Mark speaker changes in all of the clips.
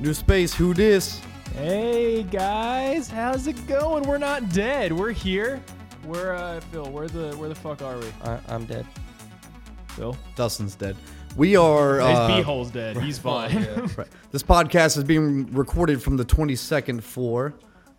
Speaker 1: New space, who dis?
Speaker 2: Hey guys, how's it going? We're not dead. We're here. We're uh, Phil. Where the where the fuck are we?
Speaker 3: I, I'm dead.
Speaker 2: Phil.
Speaker 1: Dustin's dead. We are.
Speaker 2: His
Speaker 1: Uh,
Speaker 2: beehole's dead. He's fine.
Speaker 1: right. This podcast is being recorded from the 22nd floor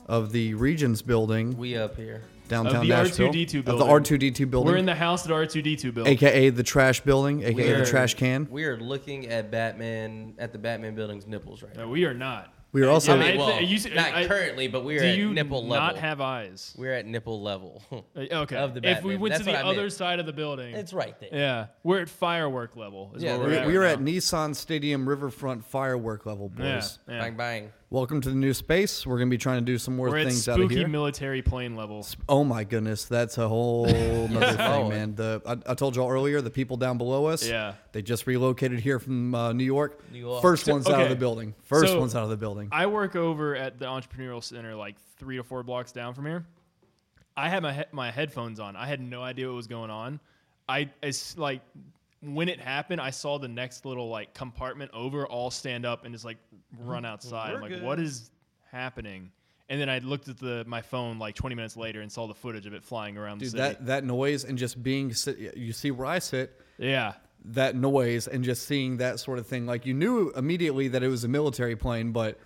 Speaker 1: of the Regents building,
Speaker 3: We up here.
Speaker 1: downtown
Speaker 2: Of the
Speaker 1: Nashville.
Speaker 2: R2D2
Speaker 1: Of
Speaker 2: building.
Speaker 1: the R2D2 building.
Speaker 2: We're in the house that R2D2 built.
Speaker 1: AKA the trash building, AKA
Speaker 3: We're-
Speaker 1: the trash can.
Speaker 3: We are looking at Batman at the Batman building's nipples right now.
Speaker 2: No, we are not.
Speaker 1: We are also.
Speaker 3: I mean,
Speaker 2: I
Speaker 3: well,
Speaker 2: thi- you s-
Speaker 3: not
Speaker 2: I-
Speaker 3: currently, but we're
Speaker 2: Do
Speaker 3: at
Speaker 2: you
Speaker 3: nipple
Speaker 2: not
Speaker 3: level.
Speaker 2: have eyes?
Speaker 3: we're at nipple level.
Speaker 2: Uh, Okay.
Speaker 3: Of the
Speaker 2: if we
Speaker 3: Batman.
Speaker 2: went
Speaker 3: That's
Speaker 2: to
Speaker 3: what
Speaker 2: the
Speaker 3: I meant.
Speaker 2: other side of the building,
Speaker 3: it's right there.
Speaker 2: yeah, we're at firework level. Is
Speaker 3: Yeah,
Speaker 2: where
Speaker 1: we-
Speaker 2: we're
Speaker 3: we're-
Speaker 2: at.
Speaker 1: we are
Speaker 2: right
Speaker 1: at
Speaker 2: now.
Speaker 1: Nissan Stadium Riverfront firework level, boys.
Speaker 2: Yeah, yeah.
Speaker 3: Bang bang.
Speaker 1: Welcome to the new space. We're gonna be trying to do some more
Speaker 2: We're at
Speaker 1: things out of
Speaker 2: spooky
Speaker 1: here.
Speaker 2: military plane level.
Speaker 1: Oh my goodness, that's a whole nother
Speaker 3: Oh.
Speaker 1: thing, man. The I, I told y'all earlier, the people down below us,
Speaker 2: Yeah.
Speaker 1: they just relocated here from uh, New York.
Speaker 3: New York.
Speaker 1: First
Speaker 2: So-
Speaker 1: one's out of
Speaker 2: okay.
Speaker 1: the building. First
Speaker 2: So-
Speaker 1: one's out of the building.
Speaker 2: I work over at the entrepreneurial center, like three to four blocks down from here. I had my he- my headphones on. I had no idea what was going on. I it's like when it happened, I saw the next little like compartment over all stand up and just like run outside. I'm like, what is happening? And then I looked at the my phone like 20 minutes later and saw the footage of it flying around
Speaker 1: Dude,
Speaker 2: the city.
Speaker 1: that that noise and just being sit, you see where I sit,
Speaker 2: yeah,
Speaker 1: that noise and just seeing that sort of thing. Like you knew immediately that it was a military plane, but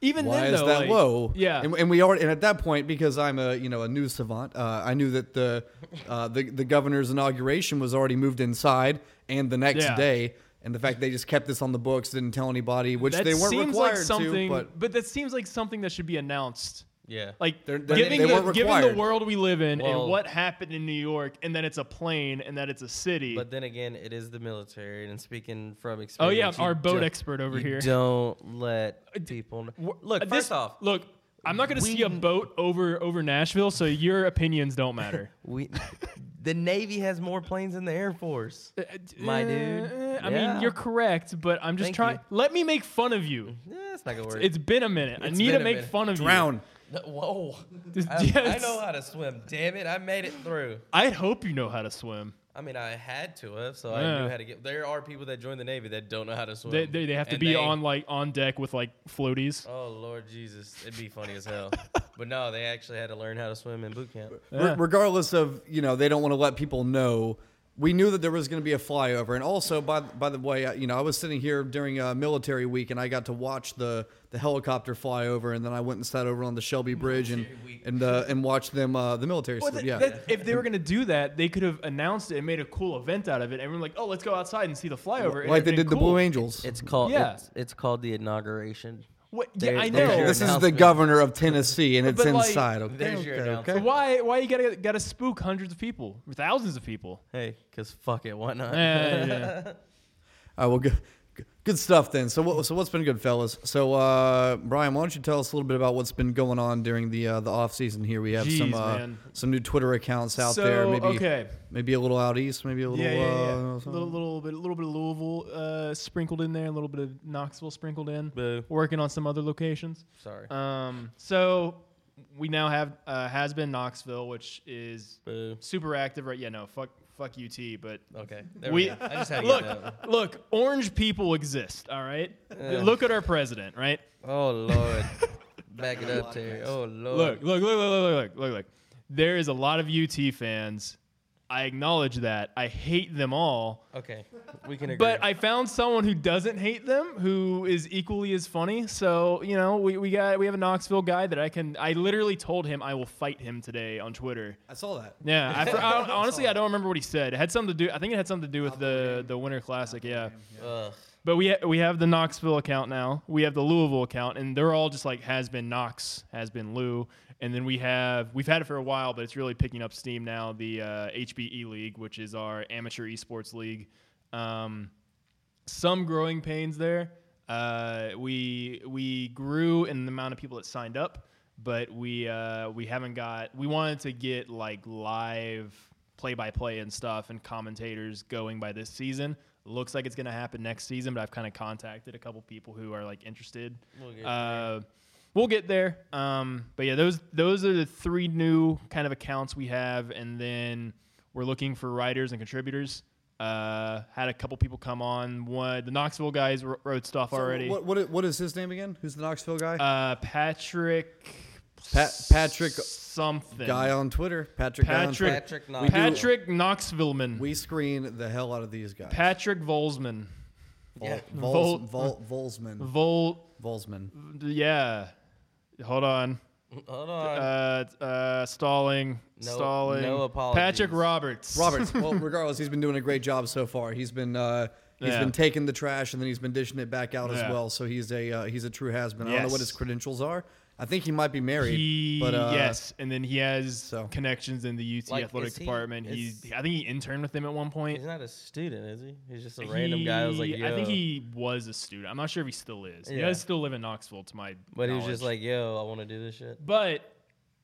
Speaker 2: even
Speaker 1: why
Speaker 2: then
Speaker 1: is
Speaker 2: though,
Speaker 1: that
Speaker 2: like-
Speaker 1: low?
Speaker 2: Yeah,
Speaker 1: and, and we already and at that point because I'm a you know a news savant, uh, I knew that the uh, the the governor's inauguration was already moved inside, and the next
Speaker 2: Yeah.
Speaker 1: day, and the fact they just kept this on the books, didn't tell anybody, which
Speaker 2: that
Speaker 1: they weren't
Speaker 2: seems
Speaker 1: required
Speaker 2: like something,
Speaker 1: to, but.
Speaker 2: that seems like something that should be announced.
Speaker 3: Yeah.
Speaker 2: Like
Speaker 1: They're- they're-
Speaker 2: giving,
Speaker 1: they
Speaker 2: the,
Speaker 1: weren't
Speaker 2: given the
Speaker 1: required.
Speaker 2: world we live in
Speaker 3: Well-
Speaker 2: and what happened in New York, and that it's a plane and that it's a city.
Speaker 3: But then again, it is the military, and speaking from
Speaker 2: oh
Speaker 3: experience.
Speaker 2: yeah,
Speaker 3: you
Speaker 2: our boat
Speaker 3: don't-
Speaker 2: expert over
Speaker 3: you
Speaker 2: here.
Speaker 3: Don't let people. Know. Look,
Speaker 2: Uh,
Speaker 3: first
Speaker 2: this-
Speaker 3: off,
Speaker 2: look, I'm not going to see a
Speaker 3: we-
Speaker 2: boat over over Nashville, so your opinions don't matter.
Speaker 3: we the Navy has more planes than the Air Force. My
Speaker 2: Uh,
Speaker 3: dude.
Speaker 2: I
Speaker 3: Yeah.
Speaker 2: mean, you're correct, but I'm just
Speaker 3: Thank
Speaker 2: trying.
Speaker 3: you.
Speaker 2: Let me make fun of you.
Speaker 3: Yeah, it's not gonna work.
Speaker 2: It's been a minute. I
Speaker 3: It's
Speaker 2: need
Speaker 3: been
Speaker 2: to
Speaker 3: a
Speaker 2: make
Speaker 3: minute.
Speaker 2: fun of
Speaker 1: Drown.
Speaker 3: No, Whoa.
Speaker 2: Just-
Speaker 3: I, I
Speaker 2: yes.
Speaker 3: know how to swim. Damn it. I made it through.
Speaker 2: you. I'd hope you know how to swim.
Speaker 3: I mean, I had to have, so I
Speaker 2: Yeah.
Speaker 3: knew how to get. There are people that join the Navy that don't know how to swim.
Speaker 2: They, they, they have to
Speaker 3: And
Speaker 2: be
Speaker 3: they-
Speaker 2: on like on deck with like floaties.
Speaker 3: Oh, Lord Jesus. It'd be funny as hell. But no, they actually had to learn how to swim in boot camp.
Speaker 1: Re-
Speaker 2: Yeah.
Speaker 1: regardless of you know they don't want to let people know we knew that there was going to be a flyover and also by by the way I- you know I was sitting here during uh, military week and I got to watch the the helicopter flyover and then I went and sat over on the Shelby Bridge and and uh, and watched them uh, the military
Speaker 2: Well,
Speaker 1: sleep,
Speaker 2: that-
Speaker 1: yeah
Speaker 2: that- if they were gonna do that, they could have announced it and made a cool event out of it. Everyone like, oh, let's go outside and see the flyover. and
Speaker 1: like they did
Speaker 2: it'd been
Speaker 1: the
Speaker 2: cool.
Speaker 1: Blue Angels.
Speaker 3: It's called,
Speaker 2: Yeah.
Speaker 3: it's, it's called the inauguration.
Speaker 2: What-
Speaker 3: There-
Speaker 2: yeah, I
Speaker 3: there's
Speaker 2: know.
Speaker 3: your
Speaker 1: this is the
Speaker 3: announcement.
Speaker 1: governor of Tennessee and it's
Speaker 2: But, like,
Speaker 1: inside. Okay,
Speaker 3: there's your
Speaker 1: okay,
Speaker 3: announcement.
Speaker 1: okay.
Speaker 2: why why you gotta gotta spook hundreds of people, or thousands of people?
Speaker 3: Hey, because fuck it. Why not?
Speaker 2: Yeah, yeah.
Speaker 1: All right, well, good, good stuff then. So, what, so what's been good, fellas? So, uh, Brian, why don't you tell us a little bit about what's been going on during the uh, the off season here? We have some
Speaker 2: Jeez,
Speaker 1: uh,
Speaker 2: man.
Speaker 1: some new Twitter accounts out
Speaker 2: so
Speaker 1: there. Maybe
Speaker 2: okay,
Speaker 1: maybe a little out east. Maybe a little
Speaker 2: yeah, yeah, yeah.
Speaker 1: uh,
Speaker 2: A little, little bit, a little bit of Louisville uh, sprinkled in there, a little bit of Knoxville sprinkled in.
Speaker 3: Boo. Uh,
Speaker 2: Working on some other locations.
Speaker 3: Sorry.
Speaker 2: Um, so we now have uh, has been Knoxville, which is
Speaker 3: Boo.
Speaker 2: super active, right? Yeah, no, fuck, fuck UT, but
Speaker 3: Okay. There we,
Speaker 2: we-
Speaker 3: go. I just had to
Speaker 2: look,
Speaker 3: get that. out.
Speaker 2: look, orange people exist, all right? Look at our president, right?
Speaker 3: Oh, Lord. Back it up, Terry. Oh,
Speaker 2: Look,
Speaker 3: Lord.
Speaker 2: look, look, look, look, look, look, look. There is a lot of UT fans. I acknowledge that. I hate them all.
Speaker 3: Okay. We can agree.
Speaker 2: But I found someone who doesn't hate them, who is equally as funny. So you know, we, we got we have a Knoxville guy that I can. I literally told him I will fight him today on Twitter.
Speaker 1: I saw that.
Speaker 2: Yeah, I, for- I don't- honestly I don't remember what he said. It had something to do. I think it had something to do with the the Winter Classic. Yeah.
Speaker 3: Ugh.
Speaker 2: But we ha- we have the Knoxville account now. We have the Louisville account, and they're all just like has been Knox, has been Lou, and then we have we've had it for a while, but it's really picking up steam now. The uh, HBE League, which is our amateur esports league, um, some growing pains there. Uh, we we grew in the amount of people that signed up, but we uh, we haven't got. We wanted to get like live play by play and stuff and commentators going by this season. Looks like it's gonna happen next season, but I've kind of contacted a couple people who are like interested.
Speaker 3: We'll get
Speaker 2: Uh, we'll get there. Um, but yeah, those those are the three new kind of accounts we have, and then we're looking for writers and contributors. Uh, had a couple people come on. One the Knoxville guys wr- wrote stuff already.
Speaker 1: What, what what is his name again? Who's the Knoxville guy?
Speaker 2: Uh, Patrick.
Speaker 1: Pat- Patrick uh,
Speaker 2: something.
Speaker 1: guy on Twitter. Patrick. Guy on
Speaker 2: Patrick-
Speaker 1: Twitter.
Speaker 3: Patrick
Speaker 1: We do-
Speaker 3: Knox.
Speaker 2: Patrick Knoxvilleman.
Speaker 1: We screen the hell out of these guys.
Speaker 2: Patrick Volsman.
Speaker 1: Vol,
Speaker 3: Yeah.
Speaker 1: Vols, Vol, Volsman.
Speaker 2: Vol.
Speaker 1: Volsman.
Speaker 2: Yeah. Hold on.
Speaker 3: Hold on.
Speaker 2: Uh, uh, stalling.
Speaker 3: No-
Speaker 2: stalling.
Speaker 3: no apologies.
Speaker 2: Patrick Roberts.
Speaker 1: Roberts. Well, regardless, he's been doing a great job so far. He's been uh, he's
Speaker 2: Yeah.
Speaker 1: been taking the trash and then he's been dishing it back out
Speaker 2: Yeah.
Speaker 1: as well. So he's a uh, he's a true has been. I don't know what his
Speaker 2: Yes.
Speaker 1: credentials are. I think he might be married.
Speaker 2: He,
Speaker 1: but uh,
Speaker 2: yes, and then he has
Speaker 1: so.
Speaker 2: connections in the UT
Speaker 3: Like,
Speaker 2: athletic
Speaker 3: is he-
Speaker 2: department. He,
Speaker 3: is-
Speaker 2: I think he interned with them at one point.
Speaker 3: He's not a student, is he? He's just a random guy. I was like,
Speaker 2: He-
Speaker 3: yo.
Speaker 2: I think he was a student. I'm not sure if he still is. He
Speaker 3: Yeah.
Speaker 2: does still live in Knoxville, to my.
Speaker 3: But he was just
Speaker 2: knowledge.
Speaker 3: like, yo, I want to do this shit.
Speaker 2: But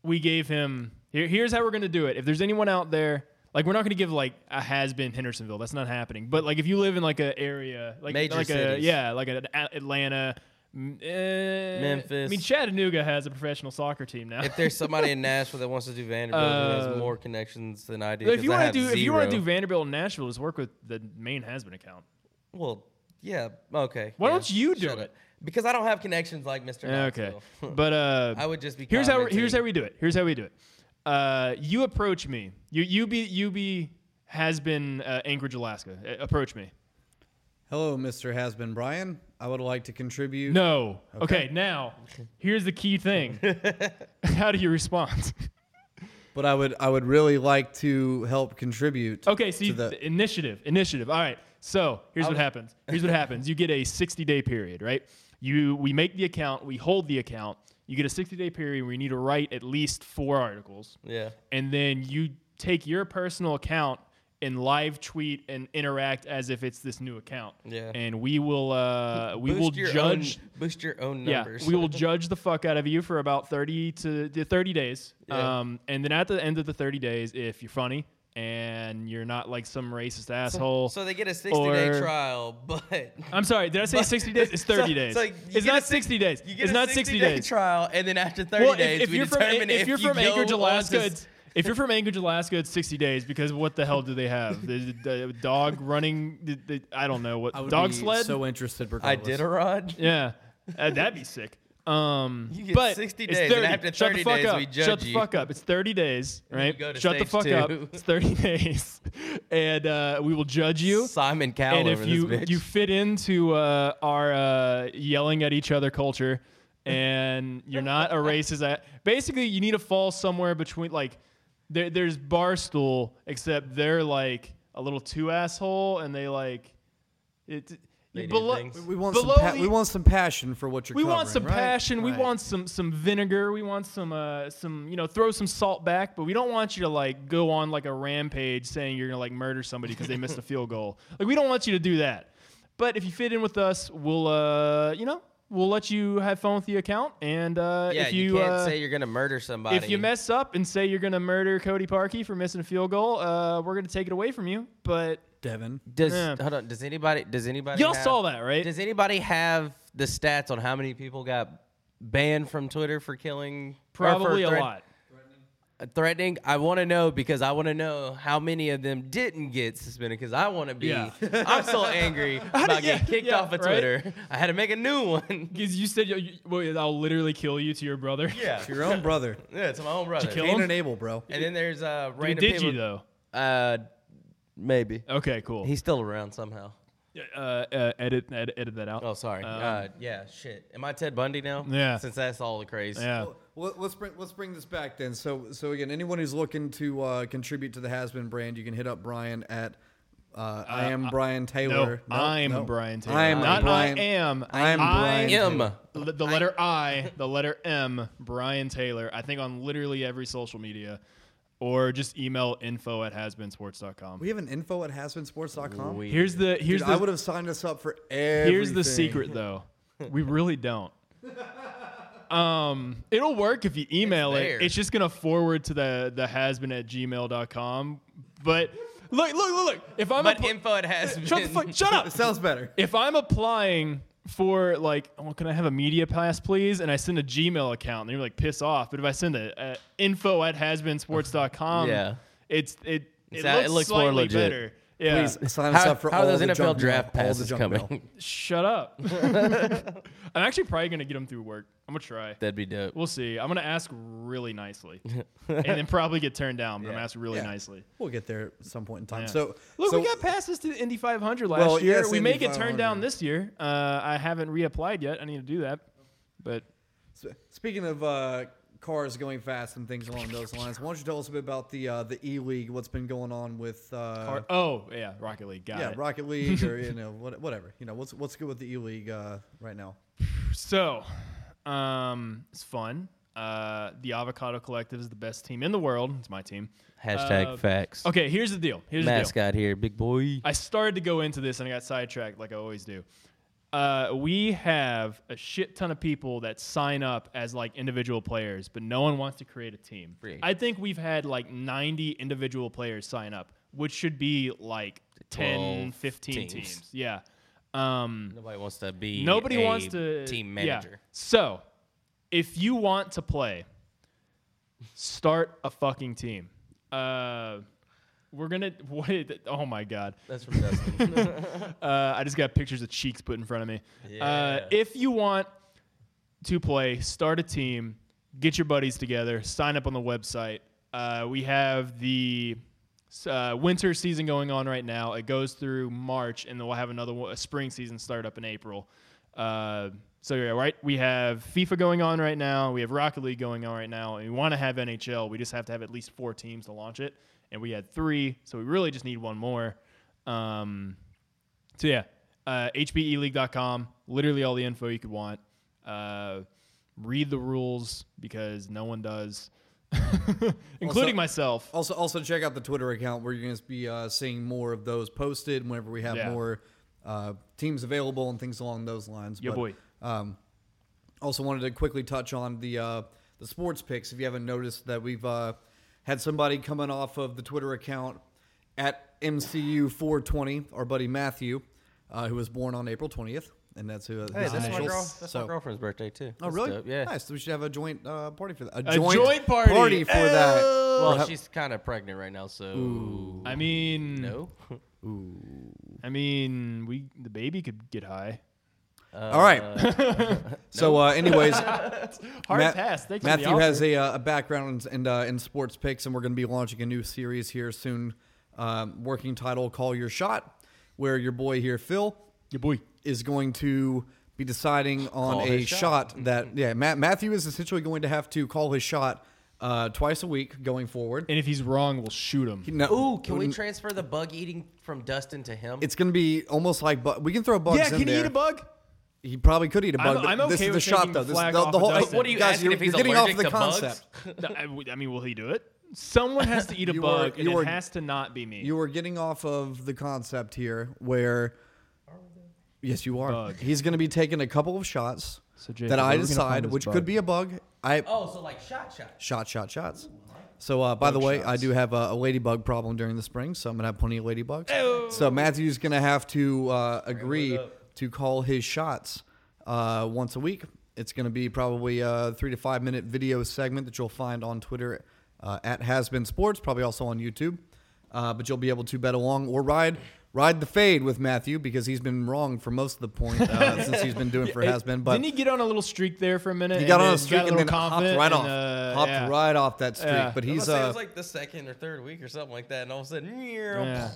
Speaker 2: we gave him here, here's how we're gonna do it. If there's anyone out there, like we're not gonna give like a has been Hendersonville. That's not happening. But like if you live in like a area, like
Speaker 3: Major
Speaker 2: like a
Speaker 3: cities.
Speaker 2: yeah, like an A- Atlanta, m- eh,
Speaker 3: Memphis.
Speaker 2: I mean Chattanooga has a professional soccer team now.
Speaker 3: If there's somebody in Nashville that wants to do Vanderbilt who
Speaker 2: Uh,
Speaker 3: has more connections than I do,
Speaker 2: if you
Speaker 3: want to
Speaker 2: do if you want to do
Speaker 3: zero-
Speaker 2: Vanderbilt in Nashville, just work with the main has been account.
Speaker 3: well, yeah, okay.
Speaker 2: Why
Speaker 3: yeah,
Speaker 2: don't you do
Speaker 3: shut
Speaker 2: it?
Speaker 3: up. Because I don't have connections like Mr.
Speaker 2: Okay,
Speaker 3: Knoxville.
Speaker 2: but uh,
Speaker 3: I would just be.
Speaker 2: here's how
Speaker 3: commenting.
Speaker 2: here's how we do it. Here's how we do it. Uh, you approach me. You you be you be has been uh, Anchorage, Alaska. Uh, approach me.
Speaker 1: hello, Mr. Has been Brian. I would like to contribute.
Speaker 2: No. Okay. now here's the key thing. how do you respond?
Speaker 1: But I would I would really like to help contribute.
Speaker 2: Okay, so
Speaker 1: To
Speaker 2: you,
Speaker 1: the-
Speaker 2: initiative, initiative. All right. So here's what happens. Here's what happens. You get a 60 day period, right? You we make the account, we hold the account. You get a 60 day period where you need to write at least four articles,
Speaker 3: Yeah.
Speaker 2: and then you take your personal account and live tweet and interact as if it's this new account.
Speaker 3: Yeah.
Speaker 2: And we will uh, we
Speaker 3: Boost
Speaker 2: will
Speaker 3: your
Speaker 2: judge
Speaker 3: Own, boost your own numbers.
Speaker 2: Yeah, we will judge the fuck out of you for about 30 to to 30 days.
Speaker 3: Yeah.
Speaker 2: Um, and then at the end of the 30 days, if you're funny and you're not like some racist asshole.
Speaker 3: So they get a 60 day
Speaker 2: or-
Speaker 3: trial, but.
Speaker 2: I'm sorry, did I say 60 days? It's 30
Speaker 3: So-
Speaker 2: days.
Speaker 3: so you
Speaker 2: it's
Speaker 3: get a
Speaker 2: not
Speaker 3: six-
Speaker 2: 60 days.
Speaker 3: You get
Speaker 2: it's
Speaker 3: a
Speaker 2: not
Speaker 3: 60
Speaker 2: 60
Speaker 3: day
Speaker 2: days.
Speaker 3: trial, and then after 30
Speaker 2: Well,
Speaker 3: days,
Speaker 2: if, if
Speaker 3: we
Speaker 2: you're from
Speaker 3: determine
Speaker 2: if you're
Speaker 3: you
Speaker 2: from Anchorage,
Speaker 3: go on
Speaker 2: Alaska,
Speaker 3: to-
Speaker 2: it's- if you're from Anchorage, Alaska, it's 60 days because what the hell do they have? The, the- the dog running? The, the, I don't know what
Speaker 1: I would
Speaker 2: dog
Speaker 1: be
Speaker 2: sled.
Speaker 1: So interested.
Speaker 3: I
Speaker 1: Regardless.
Speaker 3: did a rod.
Speaker 2: Yeah, Uh, that'd be sick. Um,
Speaker 3: You get
Speaker 2: but
Speaker 3: 60
Speaker 2: it's
Speaker 3: days, and
Speaker 2: 30.
Speaker 3: after
Speaker 2: Shut
Speaker 3: 30
Speaker 2: the fuck
Speaker 3: days,
Speaker 2: up.
Speaker 3: we judge
Speaker 2: Shut the
Speaker 3: you.
Speaker 2: fuck up. It's 30 days,
Speaker 3: then you
Speaker 2: right?
Speaker 3: go to
Speaker 2: Shut the
Speaker 3: stage
Speaker 2: fuck up.
Speaker 3: two.
Speaker 2: It's 30 days, and uh, we will judge you.
Speaker 3: Simon Cowell
Speaker 2: and if
Speaker 3: over
Speaker 2: you
Speaker 3: this bitch.
Speaker 2: you fit into uh, our uh, yelling at each other culture, and you're not a racist, at, basically you need to fall somewhere between like there, there's barstool, except they're like a little too asshole, and they like it.
Speaker 3: They do
Speaker 2: below-
Speaker 3: things.
Speaker 1: We want
Speaker 2: below
Speaker 1: some. Pa-
Speaker 2: the-
Speaker 1: we want some passion for what you're.
Speaker 2: we
Speaker 1: covering,
Speaker 2: want some
Speaker 1: right?
Speaker 2: passion. We
Speaker 1: Right.
Speaker 2: want some some vinegar. We want some uh, some you know throw some salt back, but we don't want you to like go on like a rampage saying you're gonna like murder somebody because they missed a field goal. Like we don't want you to do that. But if you fit in with us, we'll uh, you know we'll let you have fun with the account. And uh,
Speaker 3: yeah,
Speaker 2: if you,
Speaker 3: can't
Speaker 2: uh,
Speaker 3: say you're gonna murder somebody.
Speaker 2: if you mess up and say you're gonna murder Cody Parkey for missing a field goal, uh, we're gonna take it away from you. But
Speaker 1: Devin.
Speaker 3: does
Speaker 2: Yeah.
Speaker 3: hold on? Does anybody? Does anybody?
Speaker 2: y'all
Speaker 3: have-
Speaker 2: saw that, right?
Speaker 3: Does anybody have the stats on how many people got banned from Twitter for killing? or for
Speaker 2: Probably a
Speaker 3: threat-
Speaker 2: lot.
Speaker 3: Threatening. I want to know because I want to know how many of them didn't get suspended because I want to be.
Speaker 2: Yeah.
Speaker 3: I'm so angry about
Speaker 2: yeah,
Speaker 3: getting kicked
Speaker 2: yeah,
Speaker 3: off of
Speaker 2: right?
Speaker 3: Twitter. I had to make a new one.
Speaker 2: Because you said you, you, well, I'll literally kill you to your brother.
Speaker 3: yeah,
Speaker 1: It's Your own brother.
Speaker 3: yeah, to my own brother.
Speaker 2: kill-
Speaker 1: Cain
Speaker 2: him?
Speaker 1: and Abel, bro.
Speaker 3: And then there's uh,
Speaker 2: Dude,
Speaker 3: random
Speaker 2: did you
Speaker 3: people.
Speaker 2: though? Oh.
Speaker 3: Uh, maybe
Speaker 2: Okay, cool.
Speaker 3: he's still around somehow.
Speaker 2: uh, uh, edit, edit edit that out.
Speaker 3: Oh, sorry.
Speaker 2: Um,
Speaker 3: uh, yeah, shit. Am I Ted Bundy now?
Speaker 2: Yeah.
Speaker 3: Since that's all the craze.
Speaker 2: yeah.
Speaker 1: Well, let's bring let's bring this back then. So so again, anyone who's looking to uh, contribute to the Hasbin brand, you can hit up Brian at uh, I am Brian
Speaker 2: No,
Speaker 1: Taylor. No,
Speaker 2: I'm
Speaker 1: no.
Speaker 2: Brian Taylor.
Speaker 1: I am
Speaker 2: Not
Speaker 1: Brian.
Speaker 2: I am.
Speaker 1: I am
Speaker 2: I
Speaker 1: Brian.
Speaker 3: M.
Speaker 2: L- The letter I, the letter M, Brian Taylor. I think on literally every social media, or just email info at hasbeensports.com.
Speaker 1: We have an info at hasbinsports.com. Dude,
Speaker 2: Here's the here's
Speaker 1: I would
Speaker 2: the
Speaker 1: have signed us up for everything.
Speaker 2: here's the secret though. We really don't. Um, it'll work if you email
Speaker 3: It's
Speaker 2: it.
Speaker 3: there.
Speaker 2: It's just gonna forward to the the hasbeen at gmail.com. But look, look, look, look. If I'm
Speaker 3: But
Speaker 2: a,
Speaker 3: info it has been.
Speaker 2: shut the fuck, shut up.
Speaker 1: It sounds better.
Speaker 2: if I'm applying for like, oh, can I have a media pass, please? And I send a Gmail account, and you're like, piss off. But if I send a, a info at hasbeensports.com,
Speaker 3: Yeah.
Speaker 2: it's it it,
Speaker 3: It's- it
Speaker 2: looks
Speaker 3: looks more
Speaker 2: slightly
Speaker 3: legit.
Speaker 2: better. Yeah.
Speaker 1: Please sign us
Speaker 3: How,
Speaker 1: up for
Speaker 3: how
Speaker 1: all
Speaker 3: are those
Speaker 1: the
Speaker 3: NFL
Speaker 1: junk
Speaker 3: draft
Speaker 1: mail, all the
Speaker 3: passes
Speaker 1: junk
Speaker 3: coming?
Speaker 1: mail.
Speaker 2: Shut up. I'm actually probably gonna get them through work. I'm gonna try.
Speaker 3: That'd be dope.
Speaker 2: We'll see. I'm gonna ask really nicely, and then probably get turned down. But I'm gonna ask really
Speaker 1: Yeah.
Speaker 2: nicely.
Speaker 1: We'll get there at some point in time.
Speaker 2: Yeah.
Speaker 1: So
Speaker 2: look,
Speaker 1: so,
Speaker 2: we got passes to the Indy 500 last
Speaker 1: Well,
Speaker 2: year.
Speaker 1: yes,
Speaker 2: we
Speaker 1: Indy
Speaker 2: may get turned
Speaker 1: 500.
Speaker 2: down this year. Uh, I haven't reapplied yet. I need to do that. But
Speaker 1: S- Speaking of uh, cars going fast and things along those lines, why don't you tell us a bit about the uh, the E League? What's been going on with uh,
Speaker 2: or- oh yeah, Rocket League. Got
Speaker 1: yeah
Speaker 2: it.
Speaker 1: Rocket League or you know what, whatever you know what's what's good with the E League uh, right now?
Speaker 2: So, um, it's fun. Uh, the Avocado Collective is the best team in the world. It's my team.
Speaker 3: Hashtag
Speaker 2: Uh,
Speaker 3: facts.
Speaker 2: Okay, here's the deal. Here's the deal.
Speaker 3: Mascot here, big boy.
Speaker 2: I started to go into this and I got sidetracked like I always do. Uh, we have a shit ton of people that sign up as like individual players, but no one wants to create a team.
Speaker 3: Free.
Speaker 2: I think we've had like 90 individual players sign up, which should be like 10,
Speaker 3: 12
Speaker 2: 15 teams.
Speaker 3: teams.
Speaker 2: Yeah. Um,
Speaker 3: Nobody wants to be.
Speaker 2: Nobody
Speaker 3: a
Speaker 2: wants to
Speaker 3: Team
Speaker 2: yeah.
Speaker 3: manager.
Speaker 2: So, if you want to play, start a fucking team. Uh, we're gonna. What? is it- Oh my god.
Speaker 3: That's from Dustin.
Speaker 2: Uh, I just got pictures of cheeks put in front of me. Uh,
Speaker 3: Yeah.
Speaker 2: if you want to play, start a team, get your buddies together, sign up on the website. Uh, we have the uh, winter season going on right now. It goes through March, and then we'll have another one, a spring season start up in April. Uh, so yeah, right. We have FIFA going on right now. We have Rocket League going on right now, and we want to have NHL. We just have to have at least four teams to launch it, and we had three, so we really just need one more. Um, so yeah, uh, hbeleague.com. Literally all the info you could want. Uh, read the rules because no one does, including
Speaker 1: Also-
Speaker 2: myself.
Speaker 1: Also also check out the Twitter account where you're going to be uh, seeing more of those posted whenever we have
Speaker 2: Yeah.
Speaker 1: more uh, teams available and things along those lines.
Speaker 2: Yeah, boy.
Speaker 1: Um, also wanted to quickly touch on the uh, the sports picks. If you haven't noticed that we've uh, had somebody coming off of the Twitter account at MCU420, our buddy Matthew, uh, who was born on April 20th, and that's who.
Speaker 3: Hey,
Speaker 1: his
Speaker 3: that's my
Speaker 1: initials.
Speaker 3: girl. That's my
Speaker 1: So-
Speaker 3: girlfriend's birthday too.
Speaker 1: Oh
Speaker 3: That's
Speaker 1: really?
Speaker 3: dope, Yeah.
Speaker 1: Nice. We should have a joint uh, party for that. A,
Speaker 2: A joint party.
Speaker 1: for that.
Speaker 3: Well,
Speaker 1: We'll have-
Speaker 3: she's kind of pregnant right now, so
Speaker 2: I mean,
Speaker 3: no.
Speaker 2: I mean, we the baby could get high.
Speaker 1: All right. so, uh, anyways,
Speaker 2: Hard
Speaker 1: Matt-
Speaker 2: pass. Thank you for the
Speaker 1: Matthew
Speaker 2: offer.
Speaker 1: has a, uh, a background in, in, uh, in sports picks, and we're going to be launching a new series here soon, um, working title "Call Your Shot," where your boy here, Phil,
Speaker 2: your boy.
Speaker 1: is going to be deciding on
Speaker 3: Call
Speaker 1: a
Speaker 3: his
Speaker 1: shot. that yeah, Ma- Matthew is essentially going to have to call his shot uh, twice a week going forward.
Speaker 2: And if he's wrong, we'll shoot him.
Speaker 1: No,
Speaker 3: Ooh, can we transfer the bug eating from Dustin to him?
Speaker 1: It's going to be almost like bu- we can throw bugs.
Speaker 2: yeah,
Speaker 1: in
Speaker 2: can
Speaker 1: there.
Speaker 2: he eat a bug?
Speaker 1: He probably could eat a bug.
Speaker 2: I'm-
Speaker 1: but
Speaker 2: I'm
Speaker 1: this
Speaker 2: okay
Speaker 1: is the
Speaker 2: with
Speaker 1: shot,
Speaker 2: taking
Speaker 1: though. This
Speaker 2: flag
Speaker 1: is the,
Speaker 2: off
Speaker 1: the
Speaker 2: of
Speaker 1: whole.
Speaker 2: Dustin.
Speaker 3: what are you
Speaker 1: guys,
Speaker 3: asking
Speaker 1: you're,
Speaker 3: if he's
Speaker 1: you're getting off
Speaker 3: allergic
Speaker 1: the
Speaker 3: to bugs?
Speaker 1: concept.
Speaker 2: No, I, would- I mean, will he do it? Someone has to eat a
Speaker 1: You are-
Speaker 2: bug, and
Speaker 1: you
Speaker 2: it
Speaker 1: are-
Speaker 2: has to not be me.
Speaker 1: You were getting off of the concept here where. Yes, you are.
Speaker 2: Bug.
Speaker 1: He's going to be taking a couple of shots
Speaker 2: So, Jacob,
Speaker 1: that
Speaker 2: where are
Speaker 1: I
Speaker 2: we gonna find
Speaker 1: decide,
Speaker 2: this
Speaker 1: which
Speaker 2: bug?
Speaker 1: could be a bug. I
Speaker 3: Oh, so like shot shot.
Speaker 1: shot, shot, shots. So, uh, by the way, I
Speaker 2: shots.
Speaker 1: do have a, a ladybug problem during the spring, so I'm gonna have plenty of ladybugs. So Matthew's gonna have to uh, agree to call his shots uh, once a week. It's gonna be probably a three to five minute video segment that you'll find on Twitter uh, at Has Been Sports, probably also on YouTube. Uh, but you'll be able to bet along or ride ride the fade with Matthew because he's been wrong for most of the point uh, since he's been doing for Has Been. But
Speaker 2: Didn't he get on a little streak there for a minute?
Speaker 1: he
Speaker 2: and
Speaker 1: got
Speaker 2: then
Speaker 1: on a streak and
Speaker 2: little
Speaker 1: then hopped
Speaker 2: confident
Speaker 1: right
Speaker 2: and,
Speaker 1: off,
Speaker 2: uh,
Speaker 1: hopped
Speaker 2: yeah.
Speaker 1: right off that streak.
Speaker 2: Yeah.
Speaker 1: But
Speaker 3: I'm
Speaker 1: he's
Speaker 3: gonna say it
Speaker 1: uh,
Speaker 3: was like the second or third week or something like that, and all of a sudden,
Speaker 2: Yeah.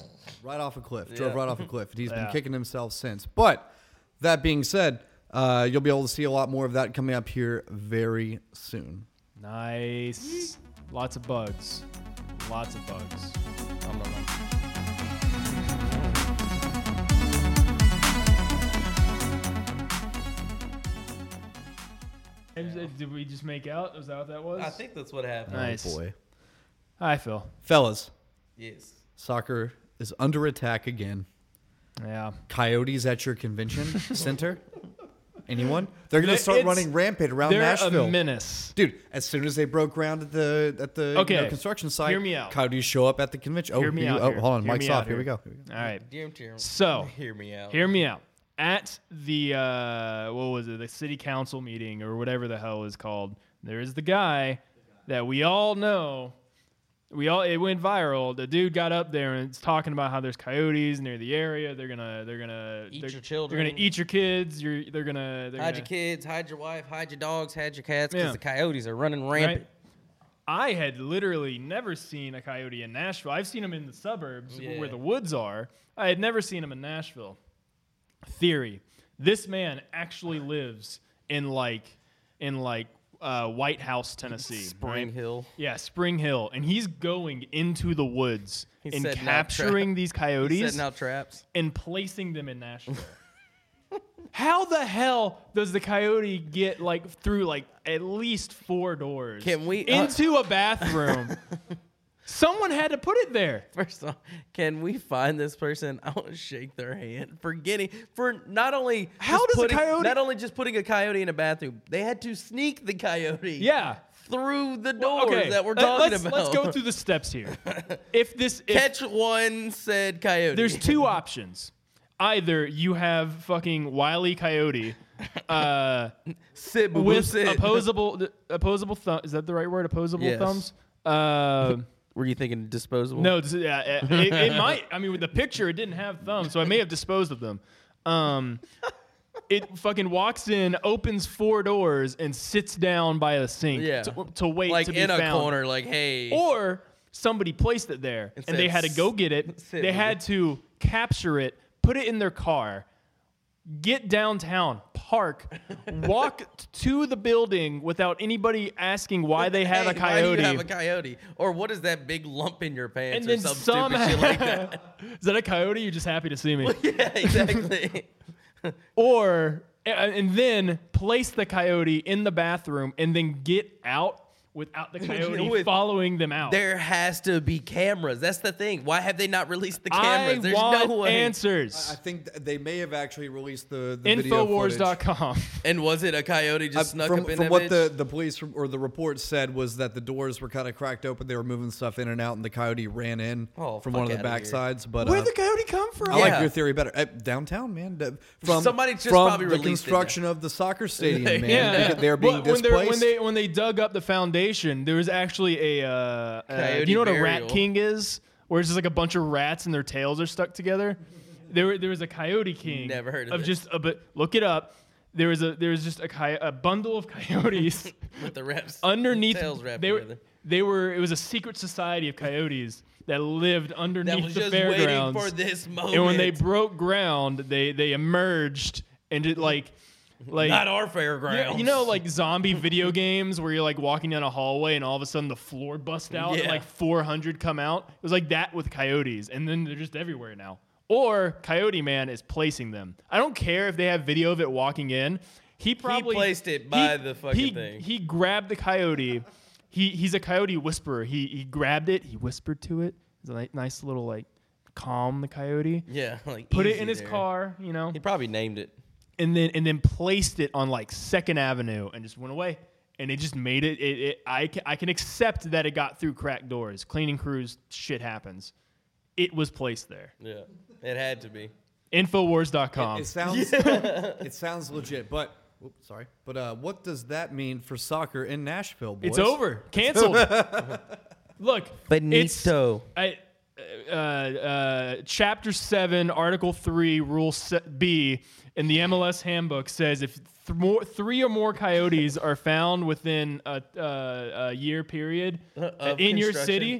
Speaker 1: right off a cliff. Drove
Speaker 3: Yeah.
Speaker 1: right off a cliff. And he's
Speaker 2: Yeah.
Speaker 1: been kicking himself since. But that being said, uh, you'll be able to see a lot more of that coming up here very soon.
Speaker 2: Nice. Lots of bugs. Lots of bugs.
Speaker 3: I'm not like-
Speaker 2: Did we just make out? Was that what that was?
Speaker 3: I think that's what happened.
Speaker 2: Nice.
Speaker 1: Oh, boy.
Speaker 2: Hi, Phil.
Speaker 1: Fellas,
Speaker 3: Yes.
Speaker 1: soccer is under attack again.
Speaker 2: Yeah.
Speaker 1: Coyotes at your convention center? Anyone? They're going
Speaker 2: They-
Speaker 1: to start
Speaker 2: it's-
Speaker 1: running rampant around
Speaker 2: They're
Speaker 1: Nashville.
Speaker 2: a menace.
Speaker 1: Dude, as soon as they broke ground at the at the you know,
Speaker 2: Okay.
Speaker 1: construction site,
Speaker 2: Hear me out.
Speaker 1: coyotes show up at the convention. Oh,
Speaker 2: Hear me
Speaker 1: here you-
Speaker 2: out
Speaker 1: oh
Speaker 2: here.
Speaker 1: hold on,
Speaker 2: Hear
Speaker 1: mic's
Speaker 2: me out
Speaker 1: off. Here we
Speaker 2: here.
Speaker 1: go. Here we go.
Speaker 2: All right.
Speaker 3: Dear, dear.
Speaker 2: So,
Speaker 3: hear me out.
Speaker 2: Hear me out. At the uh, what was it? The city council meeting or whatever the hell is called. There is the guy that we all know we all it went viral. The dude got up there and it's talking about how there's coyotes near the area. They're gonna they're gonna
Speaker 3: Eat
Speaker 2: they're- They're
Speaker 3: your children.
Speaker 2: gonna eat your kids. You're they're gonna they're
Speaker 3: Hide
Speaker 2: gonna,
Speaker 3: your kids, hide your wife, hide your dogs, hide your cats, because
Speaker 2: Yeah.
Speaker 3: the coyotes are running rampant.
Speaker 2: Right? I had literally never seen a coyote in Nashville. I've seen them in the suburbs
Speaker 3: Oh, Yeah.
Speaker 2: where the woods are. I had never seen them in Nashville. Theory: This man actually lives in like in like uh, White House, Tennessee.
Speaker 3: Spring
Speaker 2: right?
Speaker 3: Hill.
Speaker 2: Yeah, Spring Hill, and he's going into the woods
Speaker 3: He's
Speaker 2: and
Speaker 3: setting out
Speaker 2: capturing
Speaker 3: trap-
Speaker 2: these coyotes
Speaker 3: Setting out traps.
Speaker 2: and placing them in Nashville. How the hell does the coyote get like through like at least four doors?
Speaker 3: Can we- uh,
Speaker 2: into a bathroom? Someone had to put it there.
Speaker 3: First off, can we find this person? I want to shake their hand for getting for not only
Speaker 2: How
Speaker 3: just
Speaker 2: does a
Speaker 3: putting,
Speaker 2: coyote-
Speaker 3: not only just putting a coyote in a bathroom, they had to sneak the coyote
Speaker 2: Yeah.
Speaker 3: through the
Speaker 2: Well,
Speaker 3: doors that we're
Speaker 2: let-
Speaker 3: talking
Speaker 2: let's,
Speaker 3: about.
Speaker 2: Let's go through the steps here. If this if
Speaker 3: catch one said coyote.
Speaker 2: There's two options. Either you have fucking Wiley Coyote uh,
Speaker 3: sit boo boo,
Speaker 2: with
Speaker 3: sit.
Speaker 2: opposable th- opposable thumb. Is that the right word? Opposable
Speaker 3: Yes.
Speaker 2: thumbs. Uh,
Speaker 3: Were you thinking disposable?
Speaker 2: No, this, yeah, it, it- it might. I mean, with the picture, it didn't have thumbs, so I may have disposed of them. Um, it fucking walks in, opens four doors, and sits down by the sink
Speaker 3: Yeah.
Speaker 2: to, to wait
Speaker 3: like
Speaker 2: to be
Speaker 3: in a
Speaker 2: found.
Speaker 3: corner. Like hey,
Speaker 2: Or somebody placed it there, and,
Speaker 3: said,
Speaker 2: they had to go get it.
Speaker 3: "Sit
Speaker 2: They
Speaker 3: with
Speaker 2: had to capture it, put it in their car, get downtown, park, walk to the building without anybody asking why they had a
Speaker 3: "Hey, why do
Speaker 2: coyote.
Speaker 3: you have a coyote? Or what is that big lump in your pants?
Speaker 2: and
Speaker 3: or
Speaker 2: then
Speaker 3: some
Speaker 2: some
Speaker 3: stupid shit like that.
Speaker 2: is that a coyote? You're just happy to see me.
Speaker 3: yeah, exactly.
Speaker 2: or a- and then place the coyote in the bathroom and then get out without the coyote
Speaker 3: With-
Speaker 2: following them out.
Speaker 3: There has to be cameras. That's the thing. Why have they not released the cameras?
Speaker 2: I
Speaker 3: There's
Speaker 2: want
Speaker 3: no way.
Speaker 1: I
Speaker 2: answers.
Speaker 1: think th- they may have actually released the, the video footage.
Speaker 2: Infowars.com.
Speaker 3: And was it a coyote
Speaker 1: I-
Speaker 3: just snuck
Speaker 1: from
Speaker 3: up in
Speaker 1: from
Speaker 3: that
Speaker 1: what
Speaker 3: bitch?
Speaker 1: the, the police re- or the report said was that the doors were kind of cracked open. They were moving stuff in and out, and the coyote ran in
Speaker 3: Oh,
Speaker 1: from one of
Speaker 3: fuck
Speaker 1: the
Speaker 3: outta
Speaker 1: back
Speaker 3: here.
Speaker 1: sides. But uh,
Speaker 2: Where'd the coyote come from?
Speaker 1: I like
Speaker 3: Yeah.
Speaker 1: your theory better. Uh, downtown, man. D- From
Speaker 3: Somebody just
Speaker 1: from
Speaker 3: probably
Speaker 1: the
Speaker 3: released it
Speaker 1: construction of the soccer stadium, man.
Speaker 2: Yeah,
Speaker 1: Because They're being
Speaker 2: Well, when, they're-
Speaker 1: displaced.
Speaker 2: when they when they dug up the foundation, there was actually a. Uh, uh, do
Speaker 3: Coyote
Speaker 2: you know what a
Speaker 3: burial.
Speaker 2: rat king is? Where it's just like a bunch of rats and their tails are stuck together. There, were- there was a coyote king.
Speaker 3: Never heard of this.
Speaker 2: just a but. Look it up. There was a there was just a, coy- a bundle of coyotes
Speaker 3: with the reps
Speaker 2: underneath.
Speaker 3: tails wrapped
Speaker 2: they were
Speaker 3: together.
Speaker 2: they were. It was a secret society of coyotes that lived underneath
Speaker 3: That was
Speaker 2: the
Speaker 3: just waiting
Speaker 2: fairgrounds.
Speaker 3: for this moment.
Speaker 2: and when they broke ground, they they emerged and it like like
Speaker 3: not our fairgrounds.
Speaker 2: yeah, you know, like zombie video games where you're like walking down a hallway and all of a sudden the floor busts out and
Speaker 3: Yeah.
Speaker 2: like 400 come out. It was like that with coyotes, and then they're just everywhere now. Or Coyote Man is placing them. I don't care if they have video of it walking in. He probably
Speaker 3: placed it by the fucking
Speaker 2: he-
Speaker 3: thing.
Speaker 2: He grabbed the coyote. He he's a coyote whisperer. He he grabbed it. He whispered to it. It's a ni- nice little like calm the coyote.
Speaker 3: yeah, like
Speaker 2: Put it
Speaker 3: easy
Speaker 2: in his
Speaker 3: there.
Speaker 2: car. You know
Speaker 3: He probably named it.
Speaker 2: and then and then placed it on like Second Avenue and just went away. And it just made it. it, it I can, I can accept that it got through cracked doors. Cleaning crews, shit happens. It was placed there.
Speaker 3: Yeah, it had to be.
Speaker 2: Infowars.com.
Speaker 1: It sounds it sounds legit, but oops, sorry. But uh, what does that mean for soccer in Nashville? Boys?
Speaker 2: It's over. Canceled. Look, it's
Speaker 3: Finito.
Speaker 2: I, uh, uh, chapter seven, article three, rule se- B in the MLS handbook says if th- more, three or more coyotes are found within a, uh, a year period
Speaker 3: Uh,
Speaker 2: uh,
Speaker 3: of
Speaker 2: in your
Speaker 3: construction,
Speaker 2: city,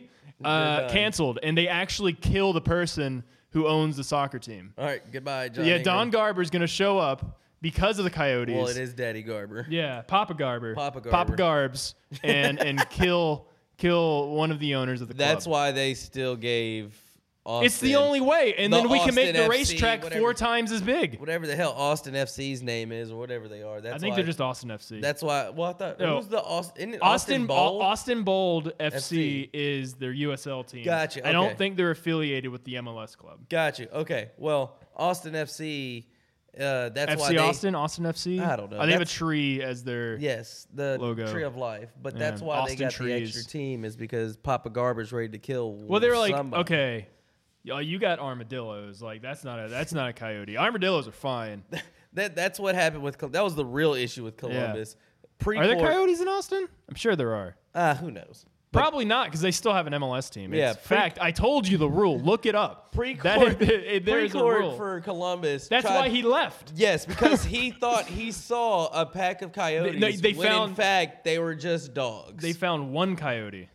Speaker 3: you're
Speaker 2: uh,
Speaker 3: done.
Speaker 2: canceled, and they actually kill the person who owns the soccer team.
Speaker 3: All right, goodbye, John.
Speaker 2: yeah, Don
Speaker 3: Ingram.
Speaker 2: Garber's going to show up because of the coyotes.
Speaker 3: Well, it is Daddy Garber.
Speaker 2: Yeah, Papa Garber.
Speaker 3: Papa Garber.
Speaker 2: Garbs and and kill kill one of the owners of the
Speaker 3: That's
Speaker 2: club.
Speaker 3: why they still gave. Austin,
Speaker 2: It's the only way, and
Speaker 3: the
Speaker 2: then we can make the
Speaker 3: Austin FC,
Speaker 2: racetrack
Speaker 3: whatever.
Speaker 2: four times as big.
Speaker 3: whatever the hell Austin FC's name is or whatever they are. That's
Speaker 2: I think
Speaker 3: why,
Speaker 2: they're just Austin FC.
Speaker 3: That's why. Well, I thought
Speaker 2: No.
Speaker 3: who's the Austin? Isn't it
Speaker 2: Austin
Speaker 3: Austin Ball.
Speaker 2: Austin Bold FC
Speaker 3: FC.
Speaker 2: is their USL team.
Speaker 3: Gotcha,
Speaker 2: I
Speaker 3: okay.
Speaker 2: don't think they're affiliated with the MLS club.
Speaker 3: Got you. Okay. Well, Austin FC. Uh, that's why
Speaker 2: FC
Speaker 3: they,
Speaker 2: Austin, Austin FC.
Speaker 3: I don't know.
Speaker 2: I think they have a
Speaker 3: That's-
Speaker 2: tree as their.
Speaker 3: Yes, the
Speaker 2: Logo.
Speaker 3: Tree of Life. But that's
Speaker 2: Yeah.
Speaker 3: why
Speaker 2: Austin
Speaker 3: they got
Speaker 2: trees.
Speaker 3: the extra team is because Papa Garber's ready to kill.
Speaker 2: Well, they were like,
Speaker 3: somebody.
Speaker 2: okay, y'all, you got armadillos. Like that's not a that's not a coyote. Armadillos are fine.
Speaker 3: That that's what happened with. Col- That was the real issue with Columbus. Pre
Speaker 2: Are there coyotes in Austin? I'm sure there are.
Speaker 3: Uh, who knows?
Speaker 2: Probably not because they still have an MLS team.
Speaker 3: Yeah,
Speaker 2: It's
Speaker 3: pre-
Speaker 2: fact, I told you the rule. Look it up.
Speaker 3: Pre-court,
Speaker 2: That is- there is a
Speaker 3: pre-court
Speaker 2: rule.
Speaker 3: for Columbus.
Speaker 2: That's
Speaker 3: tried-
Speaker 2: why he left.
Speaker 3: Yes, because he thought he saw a pack of coyotes.
Speaker 2: They- they
Speaker 3: when in
Speaker 2: found-
Speaker 3: fact they were just dogs.
Speaker 2: They found one coyote.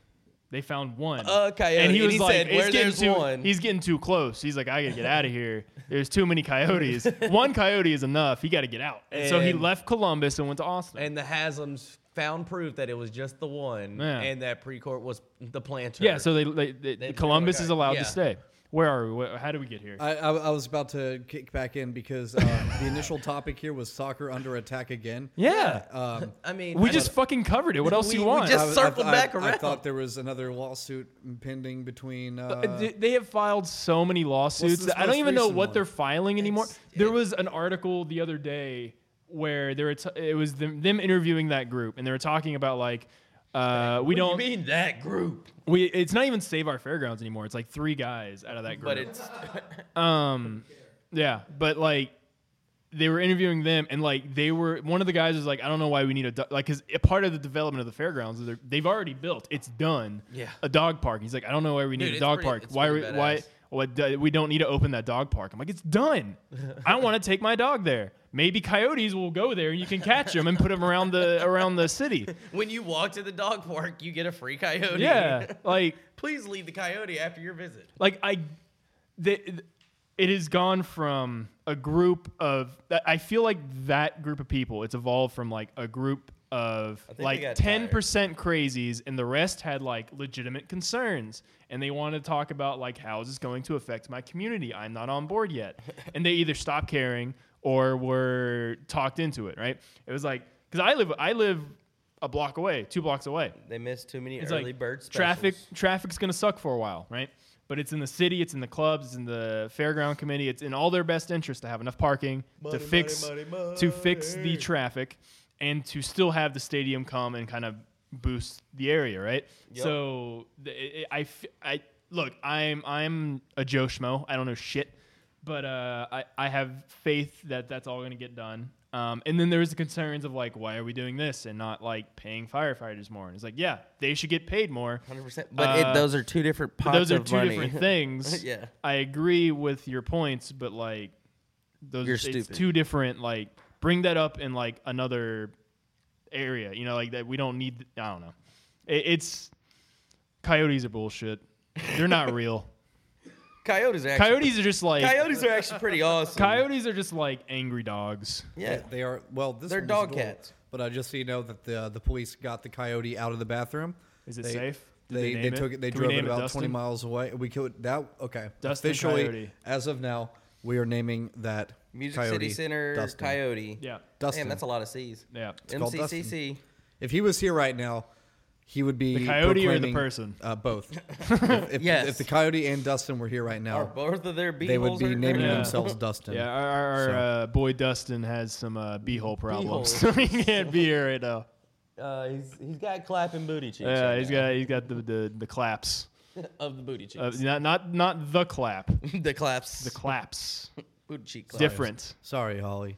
Speaker 2: They found one.
Speaker 3: A coyote,
Speaker 2: And he
Speaker 3: and
Speaker 2: was
Speaker 3: he
Speaker 2: like,
Speaker 3: said,
Speaker 2: "It's
Speaker 3: "Where
Speaker 2: getting
Speaker 3: there's
Speaker 2: too-
Speaker 3: one."
Speaker 2: He's getting too close. He's like, I gotta get out of here. There's too many coyotes. one coyote is enough. He gotta get out. And so he
Speaker 3: And-
Speaker 2: left Columbus and went to Austin.
Speaker 3: and the Haslam's found proof that it was just the one,
Speaker 2: Yeah.
Speaker 3: and that pre-court was the planter.
Speaker 2: yeah, so they, they, they,
Speaker 3: They-
Speaker 2: Columbus is
Speaker 3: okay,
Speaker 2: allowed
Speaker 3: yeah. Uh,
Speaker 2: to stay. Where are we? Wh- How do we get here?
Speaker 1: I, I, I was about to kick back in because uh, the initial topic here was soccer under attack again.
Speaker 2: yeah.
Speaker 1: Um,
Speaker 3: I mean,
Speaker 2: we
Speaker 3: I
Speaker 2: just fucking covered it. What else do
Speaker 3: We-
Speaker 2: you
Speaker 3: we
Speaker 2: want?
Speaker 3: just-
Speaker 1: was-
Speaker 3: circled back
Speaker 1: I,
Speaker 3: around.
Speaker 1: thought there was another lawsuit pending between. Uh,
Speaker 2: Uh, they- they have filed so many lawsuits.
Speaker 1: this
Speaker 2: that I don't
Speaker 1: most
Speaker 2: even know
Speaker 1: recent
Speaker 2: what
Speaker 1: one?
Speaker 2: they're filing anymore.
Speaker 3: It's-
Speaker 2: there was an article the other day where there were t- it was them, them interviewing that group and they were talking about like uh, we
Speaker 3: What do you
Speaker 2: don't
Speaker 3: mean that group,
Speaker 2: we it's not even save our fairgrounds anymore. It's like three guys out of that group.
Speaker 3: but it's
Speaker 2: Yeah, but like they were interviewing them, and like they were one of the guys was like, I don't know why we need a do-, like because a part of the development of the fairgrounds is they're- they've already built, it's done.
Speaker 3: Yeah.
Speaker 2: a dog park. He's like, I don't know why we need
Speaker 3: Dude,
Speaker 2: a
Speaker 3: it's
Speaker 2: dog
Speaker 3: pretty-
Speaker 2: park.
Speaker 3: it's
Speaker 2: Why are we,
Speaker 3: pretty
Speaker 2: why
Speaker 3: badass.
Speaker 2: what do- we don't need to open that dog park? I'm like, it's done. I want to take my dog there. Maybe coyotes will go there, and you can catch them and put them around the around the city.
Speaker 3: when you walk to the dog park, you get a free coyote.
Speaker 2: Yeah, like
Speaker 3: Please leave the coyote after your visit.
Speaker 2: like I, the, it has gone from a group of I feel like that group of people. It's evolved from like a group of
Speaker 3: they
Speaker 2: like
Speaker 3: got
Speaker 2: ten percent crazies, and the rest had like legitimate concerns, and they wanted to talk about like how is this going to affect my community? I'm not on board yet, and they either stopped caring or were talked into it. Right? It was like because I live I live a block away, two blocks away
Speaker 3: They missed too many
Speaker 2: it's
Speaker 3: early
Speaker 2: like
Speaker 3: bird specials.
Speaker 2: traffic traffic's gonna suck for a while, right? But it's in the city, it's in the clubs, it's in the fairground committee. It's in all their best interest to have enough parking
Speaker 3: Money,
Speaker 2: to fix
Speaker 3: money, money,
Speaker 2: to fix the
Speaker 3: money.
Speaker 2: traffic and to still have the stadium come and kind of boost the area, right?
Speaker 3: Yep.
Speaker 2: So the- it, it, I, f- I- look, I'm I'm a Joe schmo. I don't know shit, but uh, I I have faith that that's all gonna get done. Um, and then there's the concerns of like, why are we doing this and not like paying firefighters more? And it's like, yeah, they should get paid more.
Speaker 3: 100%. But
Speaker 2: Uh,
Speaker 3: it, those are two different pots
Speaker 2: those are
Speaker 3: of
Speaker 2: two
Speaker 3: money.
Speaker 2: different things.
Speaker 3: Yeah.
Speaker 2: I agree with your points, but like those
Speaker 3: You're
Speaker 2: it's
Speaker 3: stupid.
Speaker 2: two different like bring that up in like another area, you know, like that we don't need I don't know. It, it's coyotes are bullshit. They're not real.
Speaker 3: Coyotes are actually,
Speaker 2: coyotes are just like
Speaker 3: coyotes are actually pretty awesome.
Speaker 2: coyotes are just like angry dogs.
Speaker 3: yeah.
Speaker 1: They are well. This
Speaker 3: They're
Speaker 1: one was
Speaker 3: dog
Speaker 1: adorable,
Speaker 3: cats.
Speaker 1: But I just so you know that the the police got the coyote out of the bathroom.
Speaker 2: Is it
Speaker 1: They-
Speaker 2: safe? Did
Speaker 1: They,
Speaker 2: name
Speaker 1: they, took it. They
Speaker 2: Can we
Speaker 1: drove it
Speaker 2: name
Speaker 1: about twenty
Speaker 2: Dustin?
Speaker 1: miles away. We killed that. Okay,
Speaker 2: Dustin
Speaker 1: officially
Speaker 2: Coyote.
Speaker 1: as of now, we are naming that
Speaker 3: Music
Speaker 1: coyote
Speaker 3: City Center
Speaker 1: Dustin.
Speaker 3: Coyote.
Speaker 2: Yeah.
Speaker 1: Dustin.
Speaker 3: Damn, that's a lot of C's.
Speaker 2: Yeah.
Speaker 1: called
Speaker 3: MCCC.
Speaker 1: If he was here right now, he would be
Speaker 2: The coyote or the
Speaker 1: proclaiming,
Speaker 2: person?
Speaker 1: Uh, both. if, if,
Speaker 3: Yes.
Speaker 1: if the coyote and Dustin were here right
Speaker 3: Are
Speaker 1: now,
Speaker 3: both of their beeholes
Speaker 1: Oh. they would
Speaker 3: are
Speaker 1: be naming
Speaker 2: Yeah.
Speaker 1: themselves Dustin.
Speaker 2: Yeah, our, our, our
Speaker 1: So-
Speaker 2: uh, boy Dustin has some uh, beehole problems.
Speaker 3: Beehole.
Speaker 2: he can't be here right now.
Speaker 3: Uh, he's, he's got clapping booty cheeks.
Speaker 2: Yeah,
Speaker 3: right
Speaker 2: he's
Speaker 3: now.
Speaker 2: got he's got the the, the claps.
Speaker 3: of the booty cheeks.
Speaker 2: Uh, not not not the clap.
Speaker 3: the claps.
Speaker 2: The claps.
Speaker 3: booty cheek claps.
Speaker 2: Different.
Speaker 1: Sorry, Holly.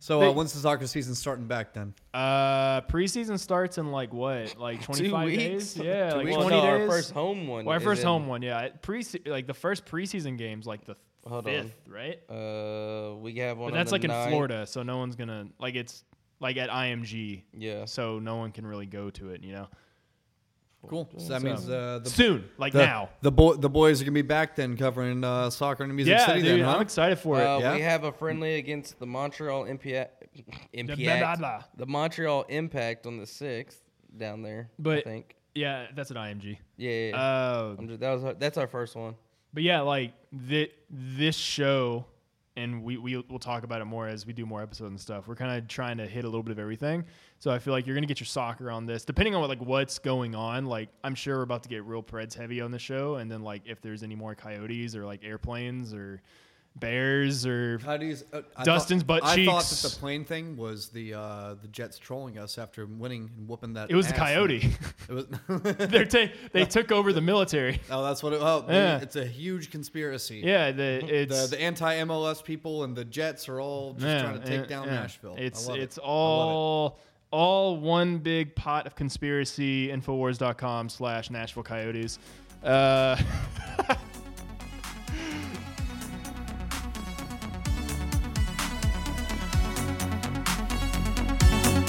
Speaker 1: So
Speaker 2: They-
Speaker 1: uh, when's the soccer season starting back then?
Speaker 2: Uh, preseason starts in like what? Like 25 days?
Speaker 3: weeks?
Speaker 2: Yeah,
Speaker 3: Two
Speaker 2: like
Speaker 3: weeks?
Speaker 2: 20
Speaker 3: No,
Speaker 2: days.
Speaker 3: Our first home one.
Speaker 2: well, our
Speaker 3: is
Speaker 2: first
Speaker 3: in-
Speaker 2: home one, yeah. It- Pre like the first preseason game's like the
Speaker 3: Hold on.
Speaker 2: fifth, right?
Speaker 3: Uh, we have one.
Speaker 2: But
Speaker 3: on
Speaker 2: that's
Speaker 3: the
Speaker 2: like in
Speaker 3: ninth.
Speaker 2: Florida, so no one's gonna like it's like at IMG,
Speaker 3: Yeah.
Speaker 2: so no one can really go to it, you know.
Speaker 1: Cool. So that means uh, the
Speaker 2: Soon, like
Speaker 1: the,
Speaker 2: now.
Speaker 1: the boy the boys are gonna be back then covering uh, soccer in Music
Speaker 2: Yeah,
Speaker 1: City then,
Speaker 2: dude,
Speaker 1: huh?
Speaker 2: I'm excited for it.
Speaker 3: Uh,
Speaker 1: yeah.
Speaker 3: We have a friendly against the Montreal Impact.
Speaker 2: blah,
Speaker 3: Impact.
Speaker 2: blah.
Speaker 3: The Montreal Impact on the sixth down there. I
Speaker 2: But-
Speaker 3: think.
Speaker 2: yeah, that's at IMG.
Speaker 3: Yeah. yeah, yeah.
Speaker 2: Uh,
Speaker 3: I'm ju- that was our- that's our first one.
Speaker 2: But yeah, like thi- this show, and we, we we'll talk about it more as we do more episodes and stuff. We're kind of trying to hit a little bit of everything. So I feel like you're gonna get your soccer on this, depending on what, like what's going on. Like I'm sure we're about to get real Preds heavy on the show, and then like if there's any more coyotes or like airplanes or bears or
Speaker 1: How do you, uh, I
Speaker 2: Dustin's
Speaker 1: thought,
Speaker 2: butt
Speaker 1: I thought
Speaker 2: cheeks.
Speaker 1: that the plane thing was the uh, the Jets trolling us after winning and whooping that.
Speaker 2: it was the
Speaker 1: ass.
Speaker 2: coyote.
Speaker 1: It was.
Speaker 2: They're ta- they took over the military.
Speaker 1: oh, that's what it. Oh, dude,
Speaker 2: Yeah.
Speaker 1: it's a huge conspiracy.
Speaker 2: Yeah, the it's
Speaker 1: The, the anti MLS people and the Jets are all just
Speaker 2: Yeah,
Speaker 1: trying to take
Speaker 2: and-
Speaker 1: down
Speaker 2: yeah.
Speaker 1: Nashville.
Speaker 2: It's
Speaker 1: I love
Speaker 2: it's
Speaker 1: it. I love it.
Speaker 2: all all one big pot of conspiracy. Infowars.com slash Nashville Coyotes. Uh,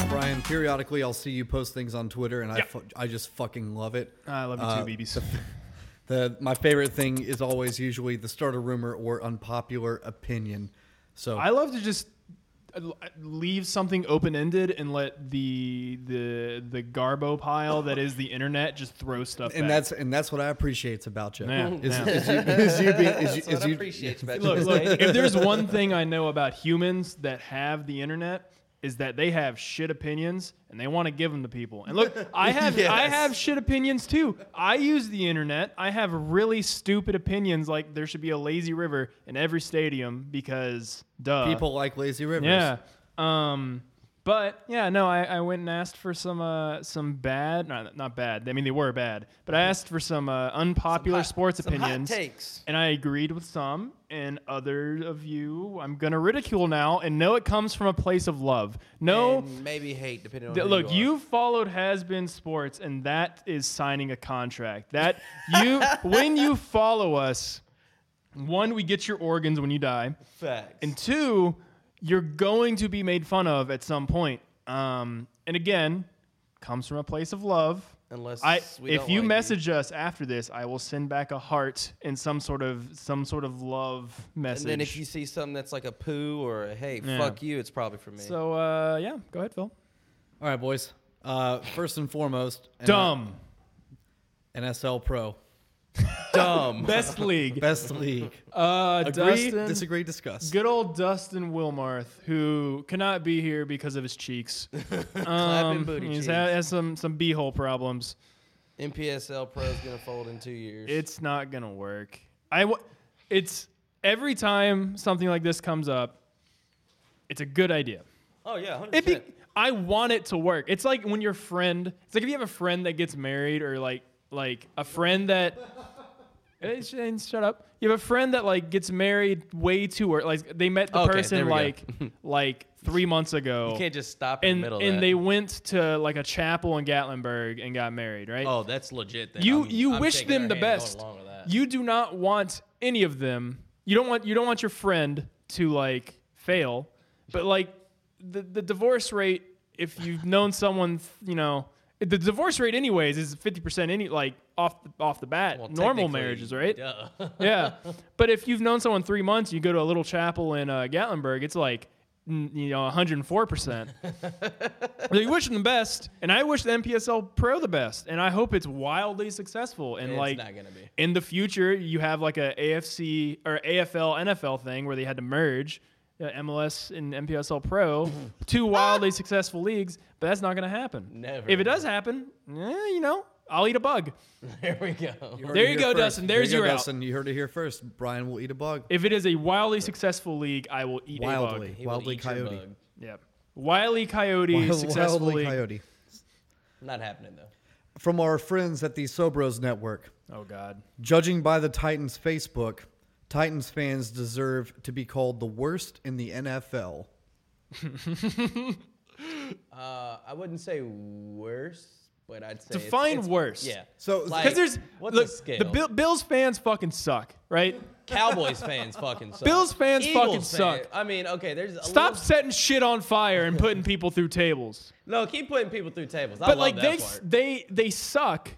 Speaker 1: Brian, periodically I'll see you post things on Twitter, and I
Speaker 2: Yeah. Ah,
Speaker 1: fu- I just fucking love it.
Speaker 2: I love you
Speaker 1: Uh,
Speaker 2: too, BBs.
Speaker 1: The my favorite thing is always usually the start a rumor or unpopular opinion. So
Speaker 2: I love to just uh, leave something open ended and let the the the garbo pile that is the internet just throw stuff.
Speaker 1: and
Speaker 2: back.
Speaker 1: that's and that's what I appreciate about you.
Speaker 2: Yeah,
Speaker 1: Is,
Speaker 2: yeah.
Speaker 1: is you, is you being is, you-
Speaker 3: That's what
Speaker 1: is
Speaker 3: I
Speaker 1: you-
Speaker 3: appreciate about
Speaker 2: look,
Speaker 3: you.
Speaker 2: look, if there's one thing I know about humans that have the internet is that they have shit opinions and they want to give them to people. And look, I have I
Speaker 1: Yes.
Speaker 2: have shit opinions too. I use the internet. I have really stupid opinions like there should be a lazy river in every stadium because duh.
Speaker 1: people like lazy rivers.
Speaker 2: Yeah. Um, but yeah, no, I, I went and asked for some uh, some bad, not, not bad. I mean, they were bad, but I asked for some uh, unpopular
Speaker 3: hot-
Speaker 2: sports
Speaker 3: some hot
Speaker 2: opinions.
Speaker 3: takes.
Speaker 2: And I agreed with some, and other of you, I'm gonna ridicule now, and know it comes from a place of love. No.
Speaker 3: And maybe hate depending on
Speaker 2: th-
Speaker 3: who
Speaker 2: Look,
Speaker 3: you,
Speaker 2: you followed has been sports, and that is signing a contract. That you, when you follow us, one, we get your organs when you die.
Speaker 3: are. facts.
Speaker 2: And two, you're going to be made fun of at some point. Um, and again, comes from a place of love.
Speaker 3: Unless
Speaker 2: I,
Speaker 3: we
Speaker 2: if
Speaker 3: don't
Speaker 2: you
Speaker 3: like
Speaker 2: message us after this, I will send back a heart and some sort of some sort of love message.
Speaker 3: and then if you see something that's like a poo or a hey
Speaker 2: Yeah.
Speaker 3: fuck you, it's probably for me.
Speaker 2: so uh, yeah, go ahead, Phil.
Speaker 1: All right, boys. Uh, first and foremost, N-
Speaker 2: Dumb,
Speaker 1: NSL Pro
Speaker 3: dumb.
Speaker 2: best league.
Speaker 1: best league.
Speaker 2: Uh,
Speaker 1: Agree,
Speaker 2: Dustin,
Speaker 1: disagree, discuss.
Speaker 2: good old Dustin Wilmarth, who cannot be here because of his cheeks. Um,
Speaker 3: Clapping booty
Speaker 2: he's
Speaker 3: cheeks.
Speaker 2: had, has some some beehole problems.
Speaker 3: MPSL Pro is gonna fold in two years.
Speaker 2: It's not gonna work. I w- it's every time something like this comes up, it's a good idea.
Speaker 3: oh yeah, 100%.
Speaker 2: It be, I want it to work. It's like when your friend. It's like if you have a friend that gets married, or like like a friend that. Eh, Shane, shut up. You have a friend that like gets married way too early. Like they met the
Speaker 3: Okay, there
Speaker 2: person
Speaker 3: we go.
Speaker 2: like like three months ago.
Speaker 3: you can't just stop in
Speaker 2: and
Speaker 3: the middle.
Speaker 2: and
Speaker 3: of that.
Speaker 2: they went to like a chapel in Gatlinburg and got married, right?
Speaker 3: Oh, that's legit. Then.
Speaker 2: You
Speaker 3: I'm-
Speaker 2: you
Speaker 3: I'm
Speaker 2: wish
Speaker 3: shaking
Speaker 2: them the
Speaker 3: their hand and
Speaker 2: best.
Speaker 3: going along with that.
Speaker 2: You do not want any of them. You don't want you don't want your friend to like fail, but like the the divorce rate if you've known someone, you know, the divorce rate anyways is 50% any like off the, off the bat
Speaker 3: Well,
Speaker 2: normal
Speaker 3: technically,
Speaker 2: marriages, right?
Speaker 3: Duh.
Speaker 2: yeah. But if you've known someone three months, you go to a little chapel in uh, Gatlinburg, it's like, n- you know, 104%. you wish them the best, and I wish the MPSL Pro the best, and I hope it's wildly successful. And
Speaker 3: It's
Speaker 2: like,
Speaker 3: not gonna be.
Speaker 2: in the future, you have like a AFC or AFL NFL thing where they had to merge. uh, MLS and MPSL Pro, two wildly successful leagues, but that's not going to happen.
Speaker 3: Never.
Speaker 2: If it does happen, eh, you know, I'll eat a bug.
Speaker 3: There we go.
Speaker 1: heard it
Speaker 2: there you
Speaker 1: here
Speaker 2: go,
Speaker 1: first.
Speaker 2: Dustin.
Speaker 1: There
Speaker 2: There's
Speaker 1: you go,
Speaker 2: your out.
Speaker 1: Dustin. You heard it here first. Brian will eat a bug.
Speaker 2: If it is a wildly successful league, I will eat a
Speaker 1: Wildly,
Speaker 2: bug.
Speaker 3: He will
Speaker 1: wildly
Speaker 3: eat your
Speaker 1: coyote.
Speaker 3: bug.
Speaker 2: Yep. Wily Coyote,
Speaker 1: Wild-
Speaker 2: successful
Speaker 1: wildly
Speaker 2: league.
Speaker 1: coyote.
Speaker 3: Not happening though.
Speaker 1: From our friends at the Sobros Network,
Speaker 2: Oh God.
Speaker 1: judging by the Titans Facebook, Titans fans deserve to be called the worst in the NFL.
Speaker 3: Uh, I wouldn't say worse, but I'd say it's-
Speaker 2: Define
Speaker 3: it's-
Speaker 2: worse.
Speaker 3: Yeah.
Speaker 1: So- 'Cause
Speaker 2: Because there's
Speaker 3: what's
Speaker 2: look,
Speaker 3: the scale?
Speaker 2: Bill, Bills fans fucking suck, right?
Speaker 3: Cowboys fans fucking suck.
Speaker 2: Bills fans
Speaker 3: Eagles
Speaker 2: fucking suck.
Speaker 3: I mean, okay, there's a
Speaker 2: Stop
Speaker 3: Little,
Speaker 2: setting shit on fire and putting people through tables.
Speaker 3: no, keep putting people through tables. I
Speaker 2: But
Speaker 3: love
Speaker 2: like
Speaker 3: that
Speaker 2: they
Speaker 3: part.
Speaker 2: they they suck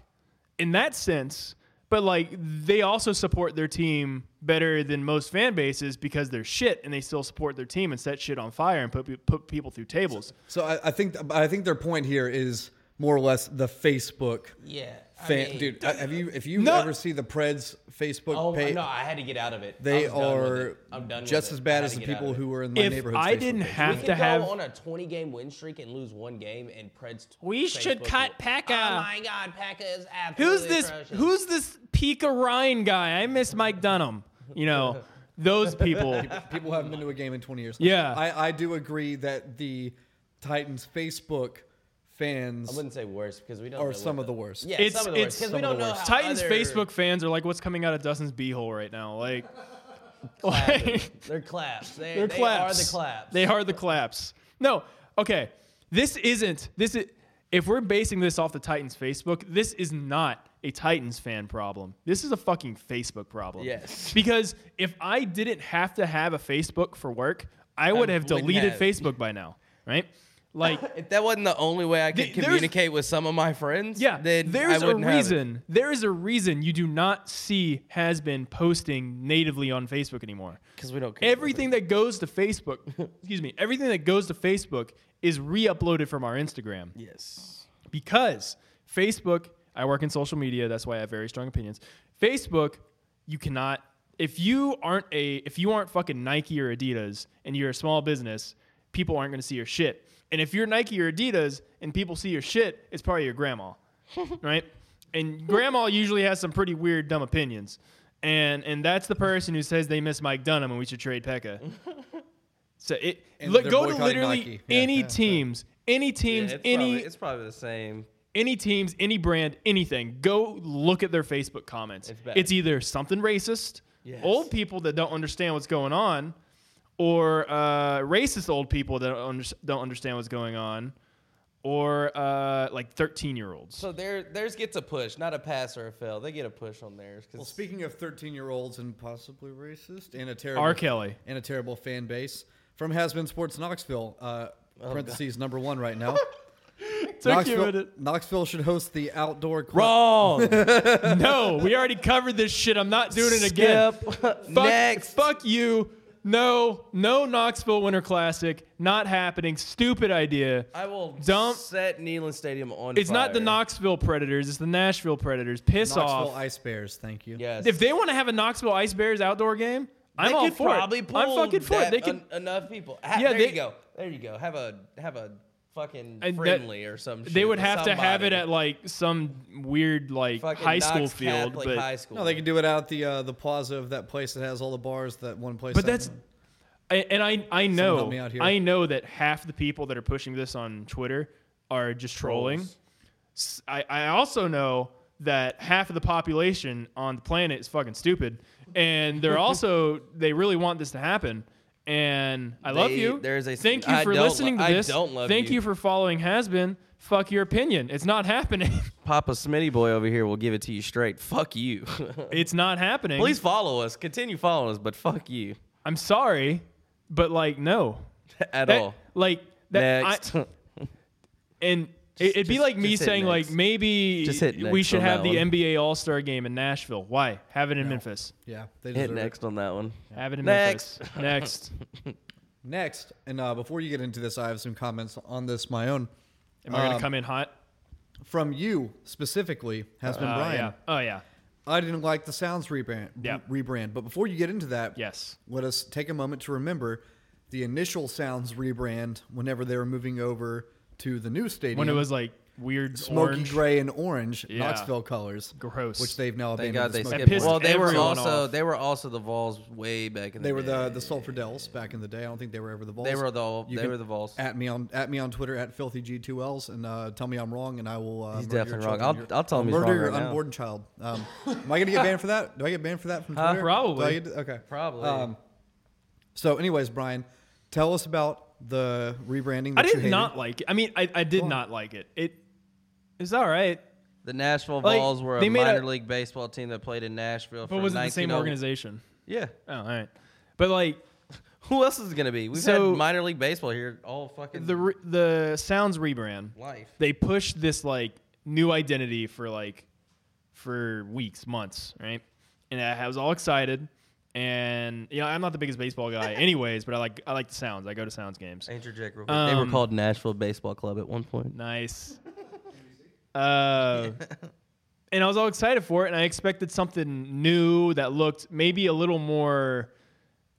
Speaker 2: in that sense. But like they also support their team better than most fan bases because they're shit and they still support their team and set shit on fire and put pe- put people through tables.
Speaker 1: So I, I think I think their point here is more or less the Facebook
Speaker 3: Yeah. I
Speaker 1: fan.
Speaker 3: mean,
Speaker 1: dude, have you if you
Speaker 2: No.
Speaker 1: ever see the Preds Facebook
Speaker 3: Oh
Speaker 1: page?
Speaker 3: no, I had to get out of it.
Speaker 1: They
Speaker 3: I'm done with
Speaker 1: are
Speaker 3: it. I'm done
Speaker 1: just as
Speaker 3: with it. I
Speaker 1: bad
Speaker 3: had
Speaker 1: as
Speaker 3: to
Speaker 1: the
Speaker 3: get out
Speaker 1: people
Speaker 3: of it.
Speaker 1: who were in my
Speaker 2: If
Speaker 1: neighborhood.
Speaker 2: I didn't
Speaker 3: We
Speaker 2: have
Speaker 3: could
Speaker 2: to
Speaker 3: go
Speaker 2: have
Speaker 3: on a 20 game win streak and lose one game, and Preds.
Speaker 2: We should
Speaker 3: Facebook
Speaker 2: cut
Speaker 3: will-
Speaker 2: Pekka.
Speaker 3: Oh my God, Pekka is absolutely
Speaker 2: Who's this?
Speaker 3: crushing.
Speaker 2: Who's this Pika Ryan guy? I miss Mike Dunham. You know, those people.
Speaker 1: people haven't been to a game in 20 years.
Speaker 2: Yeah.
Speaker 1: I, I do agree that the Titans Facebook fans.
Speaker 3: I wouldn't say worse because we don't.
Speaker 1: Or
Speaker 3: know
Speaker 1: some
Speaker 3: what
Speaker 1: of the worst.
Speaker 3: Yeah,
Speaker 2: It's-
Speaker 3: some of the
Speaker 2: it's-
Speaker 3: worst because
Speaker 1: some
Speaker 3: we
Speaker 1: of
Speaker 3: don't
Speaker 1: the
Speaker 3: know.
Speaker 1: worst.
Speaker 3: How
Speaker 2: Titans
Speaker 3: other
Speaker 2: Facebook fans are like, what's coming out of Dustin's beehole right now? Like,
Speaker 3: clappers-
Speaker 2: like
Speaker 3: They're claps. They,
Speaker 2: they're
Speaker 3: they
Speaker 2: claps.
Speaker 3: are the claps.
Speaker 2: They are the claps. No, okay. This isn't this is if we're basing this off the Titans Facebook, this is not a Titans fan problem. This is a fucking Facebook problem.
Speaker 3: Yes.
Speaker 2: Because if I didn't have to have a Facebook for work, I would have
Speaker 3: wouldn't
Speaker 2: deleted
Speaker 3: have.
Speaker 2: Facebook by now, right? Like
Speaker 3: If that wasn't the only way I could
Speaker 2: Th- there's-
Speaker 3: communicate with some of my friends,
Speaker 2: Yeah,
Speaker 3: then
Speaker 2: there's
Speaker 3: I
Speaker 2: a
Speaker 3: wouldn't have it.
Speaker 2: reason. There is a reason you do not see has been posting natively on Facebook anymore.
Speaker 3: 'Cause we don't care.
Speaker 2: Everything that goes to Facebook, excuse me, everything that goes to Facebook is re-uploaded from our Instagram
Speaker 3: Yes.
Speaker 2: because Facebook. I work in social media. That's why I have very strong opinions. Facebook, you cannot. If you aren't a, if you aren't fucking Nike or Adidas, and you're a small business, people aren't going to see your shit. And if you're Nike or Adidas, and people see your shit, it's probably your grandma, right? And grandma usually has some pretty weird, dumb opinions. And and that's the person who says they miss Mike Dunham and we should trade Pekka. So it
Speaker 1: And
Speaker 2: look,
Speaker 1: they're
Speaker 2: go to
Speaker 1: boycotting
Speaker 2: literally
Speaker 1: Nike. Yeah,
Speaker 2: any
Speaker 1: yeah, yeah.
Speaker 2: teams, any teams, any
Speaker 3: it's probably the same.
Speaker 2: any teams, any brand, anything, go look at their Facebook comments. It's,
Speaker 3: It's bad.
Speaker 2: either something racist,
Speaker 3: Yes.
Speaker 2: old people that don't understand what's going on, or uh, racist old people that don't, under- don't understand what's going on, or uh, like 13 year olds.
Speaker 3: So their theirs gets a push, not a pass or a fail. They get a push on theirs. 'cause-
Speaker 1: Well, speaking of 13-year-olds and possibly racist and a terrible
Speaker 2: R. Kelly.
Speaker 1: and a terrible fan base from Hasbin Sports Knoxville, uh,
Speaker 3: Oh,
Speaker 1: parentheses number one right now.
Speaker 2: Took you a
Speaker 1: Knoxville,
Speaker 2: minute.
Speaker 1: Knoxville should host the outdoor. Cl-
Speaker 3: wrong.
Speaker 2: No, we already covered this shit. I'm not doing it again.
Speaker 3: Skip.
Speaker 2: Fuck,
Speaker 3: Next.
Speaker 2: Fuck you. No, no Knoxville Winter Classic. Not happening. Stupid idea.
Speaker 3: I will
Speaker 2: Dump-
Speaker 3: set Neyland Stadium on.
Speaker 2: It's not the
Speaker 3: fire.
Speaker 2: Knoxville Predators. It's the Nashville Predators. Piss
Speaker 1: Knoxville
Speaker 2: off.
Speaker 1: Ice Bears, thank you.
Speaker 3: Yes.
Speaker 2: If they want to have a Knoxville Ice Bears outdoor game, I'm
Speaker 3: they
Speaker 2: all
Speaker 3: could
Speaker 2: for
Speaker 3: probably
Speaker 2: it.
Speaker 3: pull
Speaker 2: I'm fucking for it.
Speaker 3: that
Speaker 2: They could.
Speaker 3: en- enough people. Ha-
Speaker 2: Yeah,
Speaker 3: there
Speaker 2: they-
Speaker 3: you go. There you go. Have a have a fucking
Speaker 2: And that-
Speaker 3: friendly or some.
Speaker 2: They
Speaker 3: shit
Speaker 2: would
Speaker 3: with
Speaker 2: have to have it
Speaker 3: somebody.
Speaker 2: at like some weird like
Speaker 3: Fucking
Speaker 2: high school
Speaker 3: Knox
Speaker 2: field,
Speaker 3: Catholic
Speaker 2: but
Speaker 3: high school.
Speaker 1: No, they can do it out the uh, the plaza of that place that has all the bars. That one place.
Speaker 2: but
Speaker 1: that-
Speaker 2: that's. I- And I I
Speaker 1: help
Speaker 2: know
Speaker 1: me out here.
Speaker 2: I know that half the people that are pushing this on Twitter are just trolling.
Speaker 3: Trolls.
Speaker 2: S- I, I also know that half of the population on the planet is fucking stupid, and they're also they really want this to happen. And I love
Speaker 3: They-
Speaker 2: you.
Speaker 3: there's a-
Speaker 2: thank you
Speaker 3: I
Speaker 2: for
Speaker 3: don't lo-
Speaker 2: listening to
Speaker 3: I
Speaker 2: this.
Speaker 3: don't love
Speaker 2: thank you.
Speaker 3: you.
Speaker 2: for following has been. Fuck your opinion. It's not happening.
Speaker 3: Papa Smitty boy over here will give it to you straight. Fuck you.
Speaker 2: it's not happening.
Speaker 3: Please follow us. Continue following us, but fuck you
Speaker 2: I'm sorry, but like no,
Speaker 3: at
Speaker 2: That-
Speaker 3: all.
Speaker 2: like that. I-
Speaker 3: Next.
Speaker 2: and it, it'd be
Speaker 3: just-
Speaker 2: like me
Speaker 3: just hit
Speaker 2: saying
Speaker 3: next.
Speaker 2: like maybe
Speaker 3: Just hit
Speaker 2: we
Speaker 3: next
Speaker 2: should
Speaker 3: on
Speaker 2: have
Speaker 3: that
Speaker 2: the
Speaker 3: one.
Speaker 2: NBA All Star game in Nashville. Why have it in Memphis?
Speaker 1: yeah. They
Speaker 3: Hit
Speaker 1: deserve it.
Speaker 3: next on that one.
Speaker 2: Have it in
Speaker 3: Next.
Speaker 2: Memphis. Next.
Speaker 1: Next, and uh, before you get into this, I have some comments on this my own
Speaker 2: Am I going to
Speaker 1: Um,
Speaker 2: come in hot?
Speaker 1: from you specifically. Has been
Speaker 2: Oh,
Speaker 1: Brian.
Speaker 2: yeah. Oh, yeah.
Speaker 1: I didn't like the sounds rebrand.
Speaker 2: Yeah.
Speaker 1: re- rebrand. But before you get into that,
Speaker 2: Yes.
Speaker 1: let us take a moment to remember the initial sounds rebrand whenever they were moving over to the new stadium.
Speaker 2: When it was like weird
Speaker 1: smoky
Speaker 2: orange.
Speaker 1: gray and orange
Speaker 2: Yeah.
Speaker 1: Knoxville colors,
Speaker 2: Gross.
Speaker 1: which they've now abandoned.
Speaker 3: Thank God
Speaker 1: the
Speaker 3: they
Speaker 1: smoky
Speaker 2: skipped
Speaker 3: skipped.
Speaker 1: gray.
Speaker 2: pissed
Speaker 3: Well, they were
Speaker 2: everyone
Speaker 3: also
Speaker 2: off.
Speaker 3: they were also the Vols way back in the
Speaker 1: They were the
Speaker 3: day.
Speaker 1: the Sulphur Dells back in the day. I don't think they were ever the Vols.
Speaker 3: They were the
Speaker 1: You
Speaker 3: they
Speaker 1: can
Speaker 3: were the Vols.
Speaker 1: At me on at me on Twitter at filthy g two ls and uh, tell me I'm wrong and I will. Uh,
Speaker 3: He's
Speaker 1: murder your
Speaker 3: definitely wrong.
Speaker 1: children.
Speaker 3: I'll-
Speaker 1: Your-
Speaker 3: I'll tell him he's
Speaker 1: murder
Speaker 3: wrong
Speaker 1: your
Speaker 3: right now.
Speaker 1: unborn child. Um, am I gonna get banned for that? Do I get banned for that from Twitter?
Speaker 2: Probably.
Speaker 1: Do I get- okay.
Speaker 3: Probably.
Speaker 1: Um, so, anyways, Brian, tell us about the rebranding. That
Speaker 2: I
Speaker 1: you
Speaker 2: did
Speaker 1: hated.
Speaker 2: not like it. I mean, I, I did not like it. It is all right.
Speaker 3: The Nashville
Speaker 2: Like,
Speaker 3: Vols were
Speaker 2: they
Speaker 3: a
Speaker 2: made a-
Speaker 3: minor league baseball team that played in Nashville.
Speaker 2: But
Speaker 3: from
Speaker 2: was it the same
Speaker 3: 1901
Speaker 2: organization?
Speaker 3: Yeah.
Speaker 2: Oh, all right. But like
Speaker 3: Who else is it gonna be? We've
Speaker 2: So-
Speaker 3: had minor league baseball here all fucking
Speaker 2: the re- the Sounds rebrand,
Speaker 3: life.
Speaker 2: they pushed this like new identity for like for weeks, months, right? And I I was all excited. And you know, I'm not the biggest baseball guy, anyways. But I like I like the sounds. I go to sounds games.
Speaker 3: Interject real quick. they were
Speaker 2: Um,
Speaker 3: called Nashville Baseball Club at one point.
Speaker 2: Nice. Uh, and I was all excited for it, and I expected something new that looked maybe a little more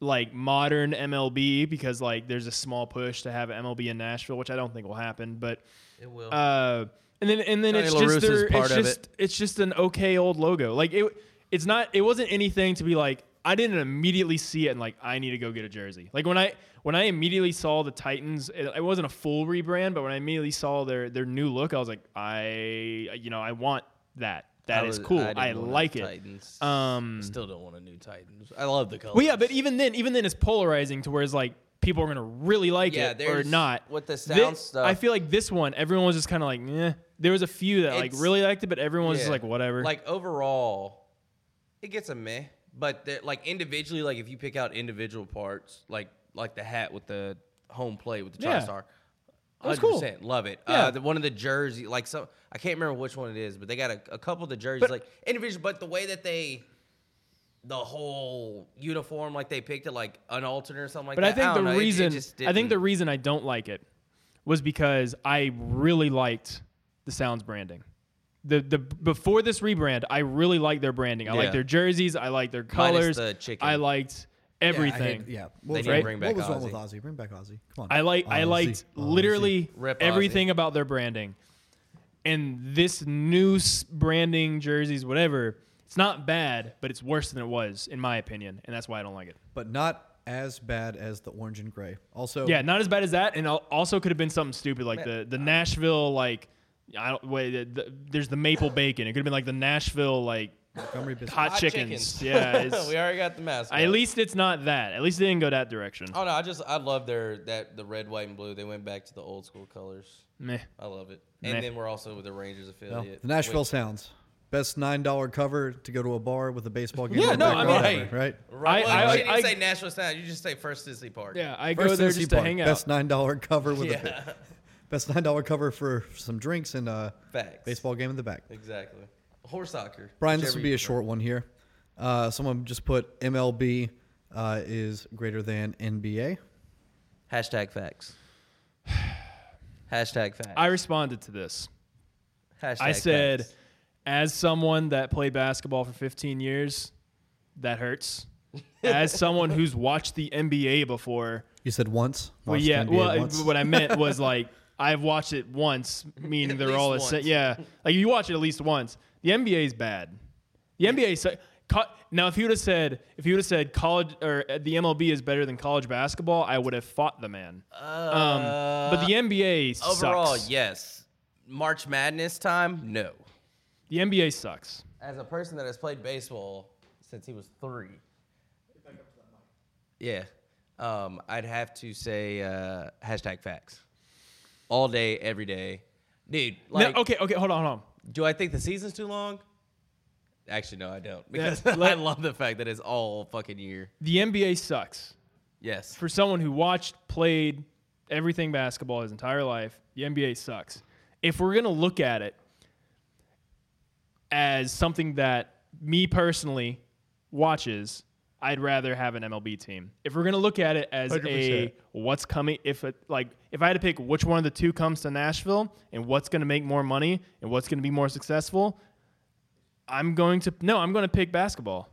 Speaker 2: like modern MLB because like there's a small push to have MLB in Nashville, which I don't think will happen. But
Speaker 3: It will.
Speaker 2: uh, and then and then
Speaker 3: Johnny
Speaker 2: it's
Speaker 3: La
Speaker 2: just
Speaker 3: Russa's
Speaker 2: their,
Speaker 3: part
Speaker 2: it's
Speaker 3: of
Speaker 2: just
Speaker 3: it.
Speaker 2: it's just an okay old logo. Like it it's not it wasn't anything to be like I didn't immediately see it and like I need to go get a jersey. Like when I when I immediately saw the Titans, it, it wasn't a full rebrand, but when I immediately saw their their new look, I was like I you know I want that. That
Speaker 3: I
Speaker 2: is
Speaker 3: was-
Speaker 2: cool.
Speaker 3: didn't
Speaker 2: I,
Speaker 3: want a
Speaker 2: like it.
Speaker 3: Titans.
Speaker 2: Um,
Speaker 3: Still don't want a new Titans. I love the color.
Speaker 2: Well, yeah, but even then, even then, it's polarizing to where it's like people are gonna really like
Speaker 3: Yeah,
Speaker 2: it or
Speaker 3: there's-
Speaker 2: not.
Speaker 3: with the
Speaker 2: Thi-
Speaker 3: sound stuff-
Speaker 2: I feel like this one, everyone was just kind of like, eh. There was a few that like
Speaker 3: It's-
Speaker 2: really liked it, but everyone was just
Speaker 3: Yeah.
Speaker 2: like, whatever.
Speaker 3: Like overall, it gets a meh. But they're- like individually, like if you pick out individual parts, like like the hat with the home plate with the
Speaker 2: Yeah.
Speaker 3: TriStar,
Speaker 2: That was cool.
Speaker 3: 100%, Love it.
Speaker 2: Yeah.
Speaker 3: Uh, the, one of the jersey, like some, I can't remember which one it is, but they got a, a couple of the jerseys,
Speaker 2: But-
Speaker 3: like individual. But the way that they, the whole uniform, like they picked it like an alternate or something like
Speaker 2: but I
Speaker 3: that.
Speaker 2: think the
Speaker 3: don't know, it- it
Speaker 2: reason
Speaker 3: just
Speaker 2: I think
Speaker 3: didn't-
Speaker 2: the reason I don't like it was because I really liked the Sounds branding. The the before this rebrand, I really liked their branding. I
Speaker 3: Yeah.
Speaker 2: liked their jerseys. I liked their colors.
Speaker 3: Minus the chicken.
Speaker 2: I liked everything.
Speaker 1: Yeah.
Speaker 3: They
Speaker 1: was
Speaker 3: need to
Speaker 1: wrong-
Speaker 3: bring back
Speaker 1: what was wrong with
Speaker 3: Ozzy.
Speaker 1: Ozzy? Bring back Ozzy. Come on.
Speaker 2: I like I
Speaker 1: Ozzy,
Speaker 2: liked
Speaker 1: Ozzy.
Speaker 2: literally
Speaker 3: Rip Ozzy.
Speaker 2: everything about their branding. And this new s- branding, jerseys, whatever, it's not bad, but it's worse than it was in my opinion, and that's why I don't like it.
Speaker 1: but not as bad as the orange and gray. Also,
Speaker 2: Yeah, not as bad as that, and al- also could have been something stupid like the the Nashville like I don't wait. The, the, there's the maple bacon. It could have been like the Nashville like
Speaker 1: Montgomery biscuit.
Speaker 2: hot,
Speaker 3: Hot
Speaker 2: chickens. Yeah, it's,
Speaker 3: we already got the mask.
Speaker 2: at least it's not that. At least it didn't go that direction.
Speaker 3: Oh no, I just I love their that the red, white, and blue. They went back to the old school colors.
Speaker 2: Meh.
Speaker 3: I love it. And
Speaker 2: Meh.
Speaker 3: then we're also with the Rangers affiliate.
Speaker 1: Well, the Nashville
Speaker 3: which-
Speaker 1: Sounds. Best nine dollar cover to go to a bar with a baseball game.
Speaker 2: Yeah,
Speaker 1: on
Speaker 2: no,
Speaker 1: back
Speaker 2: I
Speaker 1: or
Speaker 2: mean,
Speaker 1: whatever,
Speaker 3: hey.
Speaker 1: right?
Speaker 3: Right.
Speaker 2: I-
Speaker 3: well,
Speaker 2: I-
Speaker 3: you didn't
Speaker 2: I-
Speaker 3: say Nashville Sound. You just say First Disney Park.
Speaker 2: Yeah, I go
Speaker 1: First
Speaker 2: there
Speaker 1: Tennessee
Speaker 2: just to
Speaker 1: Park,
Speaker 2: hang out.
Speaker 1: Best nine dollar cover with a
Speaker 3: Yeah.
Speaker 1: best nine dollar cover for some drinks and a
Speaker 3: Facts.
Speaker 1: baseball game in the back.
Speaker 3: Exactly. Horse soccer.
Speaker 1: Brian, this
Speaker 3: whichever
Speaker 1: will be
Speaker 3: you
Speaker 1: a
Speaker 3: prefer.
Speaker 1: short one here. Uh, someone just put MLB uh, is greater than NBA.
Speaker 3: Hashtag facts. Hashtag facts.
Speaker 2: I responded to this.
Speaker 3: Hashtag
Speaker 2: I said,
Speaker 3: facts.
Speaker 2: as someone that played basketball for 15 years, that hurts. As someone who's watched the NBA before,
Speaker 1: You said once.
Speaker 2: well,
Speaker 1: Watched
Speaker 2: yeah.
Speaker 1: NBA
Speaker 2: Well,
Speaker 1: once.
Speaker 2: what I meant was like I've watched it once, meaning
Speaker 3: At
Speaker 2: they're all the
Speaker 3: least
Speaker 2: same.
Speaker 3: once.
Speaker 2: Yeah, like you watch it at least once. The NBA is bad. The NBA so, co- now if you would have said if you would have said college or uh, the MLB is better than college basketball, I would have fought the man. um, but the NBA
Speaker 3: Uh, overall,
Speaker 2: sucks.
Speaker 3: yes. March Madness time, no.
Speaker 2: The NBA sucks.
Speaker 3: As a person that has played baseball since he was three. Yeah. Um, I'd have to say uh, hashtag facts. All day, every day. Dude, like,
Speaker 2: no, okay, okay, hold on, hold on.
Speaker 3: do I think the season's too long? Actually, no, I don't. Because I
Speaker 2: let-
Speaker 3: love the fact that it's all fucking year.
Speaker 2: The NBA sucks.
Speaker 3: Yes.
Speaker 2: for someone who watched, played everything basketball his entire life, the NBA sucks. If we're going to look at it as something that me personally watches, I'd rather have an MLB team. If we're going to look at it as a
Speaker 1: 100%.
Speaker 2: what's coming if it, like if I had to pick which one of the two comes to Nashville and what's going to make more money and what's going to be more successful, I'm going to no, I'm going to pick basketball.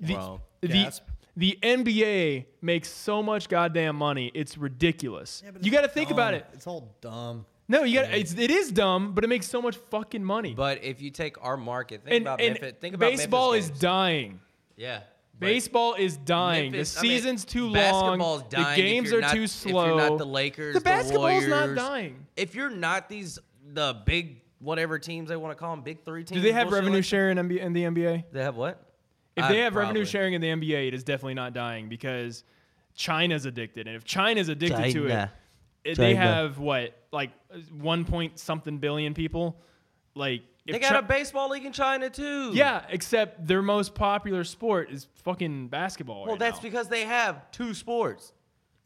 Speaker 2: The-
Speaker 3: Wow.
Speaker 2: the,
Speaker 1: Gasp.
Speaker 2: the NBA makes so much goddamn money. It's ridiculous. you got to think about it.
Speaker 1: It's all dumb.
Speaker 2: No, you got to it's it is dumb, but it makes so much fucking money.
Speaker 3: But if you take our market, think
Speaker 2: and
Speaker 3: about
Speaker 2: and
Speaker 3: Memphis. Think about
Speaker 2: baseball
Speaker 3: Memphis
Speaker 2: is
Speaker 3: games.
Speaker 2: dying.
Speaker 3: yeah. but
Speaker 2: Baseball is dying.
Speaker 3: Memphis-
Speaker 2: the
Speaker 3: I mean,
Speaker 2: season's too
Speaker 3: basketball's
Speaker 2: long.
Speaker 3: dying if
Speaker 2: the games
Speaker 3: you're
Speaker 2: are
Speaker 3: not-
Speaker 2: too
Speaker 3: if
Speaker 2: slow.
Speaker 3: you're not the Lakers,
Speaker 2: the
Speaker 3: the
Speaker 2: basketball's not
Speaker 3: Warriors.
Speaker 2: dying.
Speaker 3: If you're not these the big whatever teams they want to call them, big three
Speaker 2: Do
Speaker 3: teams.
Speaker 2: they have
Speaker 3: bullshit
Speaker 2: revenue
Speaker 3: like-
Speaker 2: share in, NBA, in the NBA?
Speaker 3: They have what?
Speaker 2: If
Speaker 3: I-
Speaker 2: they have revenue
Speaker 3: probably.
Speaker 2: sharing in the NBA, it is definitely not dying because China's addicted, and if China's addicted to it,
Speaker 3: China.
Speaker 2: it- they
Speaker 3: China.
Speaker 2: have what like one point something billion people. Like if
Speaker 3: they got a
Speaker 2: Chi-
Speaker 3: baseball league in China too.
Speaker 2: yeah, except their most popular sport is fucking basketball.
Speaker 3: Well,
Speaker 2: right
Speaker 3: that's
Speaker 2: now.
Speaker 3: because they have two sports: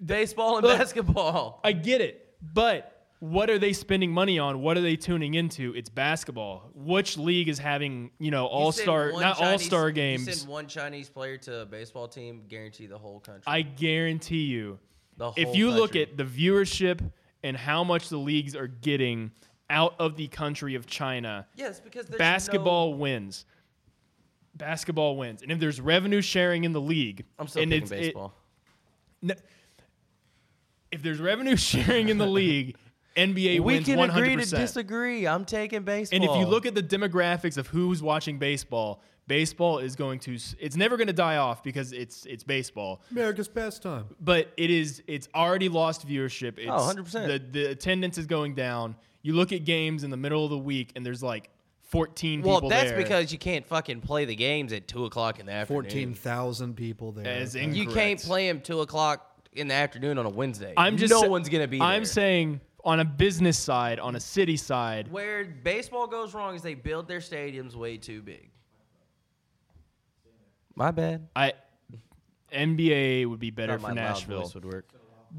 Speaker 3: baseball and
Speaker 2: Look,
Speaker 3: basketball.
Speaker 2: I get it, but. What are they spending money on? What are they tuning into? It's basketball. Which league is having, you know, all star, not all star
Speaker 3: You
Speaker 2: games?
Speaker 3: send one Chinese player to a baseball team, guarantee the whole country.
Speaker 2: I guarantee you,
Speaker 3: the whole
Speaker 2: if you look
Speaker 3: country.
Speaker 2: at the viewership and how much the leagues are getting out of the country of China,
Speaker 3: yes, because there's
Speaker 2: basketball wins. Basketball wins. And if there's revenue sharing in the league,
Speaker 3: No, I'm still
Speaker 2: and
Speaker 3: picking
Speaker 2: it's- it-
Speaker 3: baseball.
Speaker 2: n- if there's revenue sharing in the league, NBA
Speaker 3: we
Speaker 2: wins
Speaker 3: can
Speaker 2: 100%.
Speaker 3: agree to disagree. I'm taking baseball.
Speaker 2: And if you look at the demographics of who's watching baseball, baseball is going to s- it's never going to die off because it's it's baseball
Speaker 1: America's pastime.
Speaker 2: but it is it's already lost viewership.
Speaker 3: Oh,
Speaker 2: It's,
Speaker 3: 100%.
Speaker 2: The the attendance is going down. You look at games in the middle of the week, and there's like 14
Speaker 3: well,
Speaker 2: people
Speaker 3: that's
Speaker 2: there.
Speaker 3: because you can't fucking play the games at two o'clock in the afternoon.
Speaker 1: Fourteen thousand people there.
Speaker 2: As
Speaker 1: Okay.
Speaker 2: in-
Speaker 3: You
Speaker 2: Correct.
Speaker 3: can't play them two o'clock in the afternoon on a Wednesday.
Speaker 2: I'm just
Speaker 3: no
Speaker 2: sa-
Speaker 3: one's gonna be.
Speaker 2: I'm
Speaker 3: there.
Speaker 2: saying on a business side, on a city side,
Speaker 3: where baseball goes wrong is they build their stadiums way too big. My bad.
Speaker 2: I NBA would be better
Speaker 3: Thought
Speaker 2: for
Speaker 3: my loud
Speaker 2: Nashville.
Speaker 3: voice would work.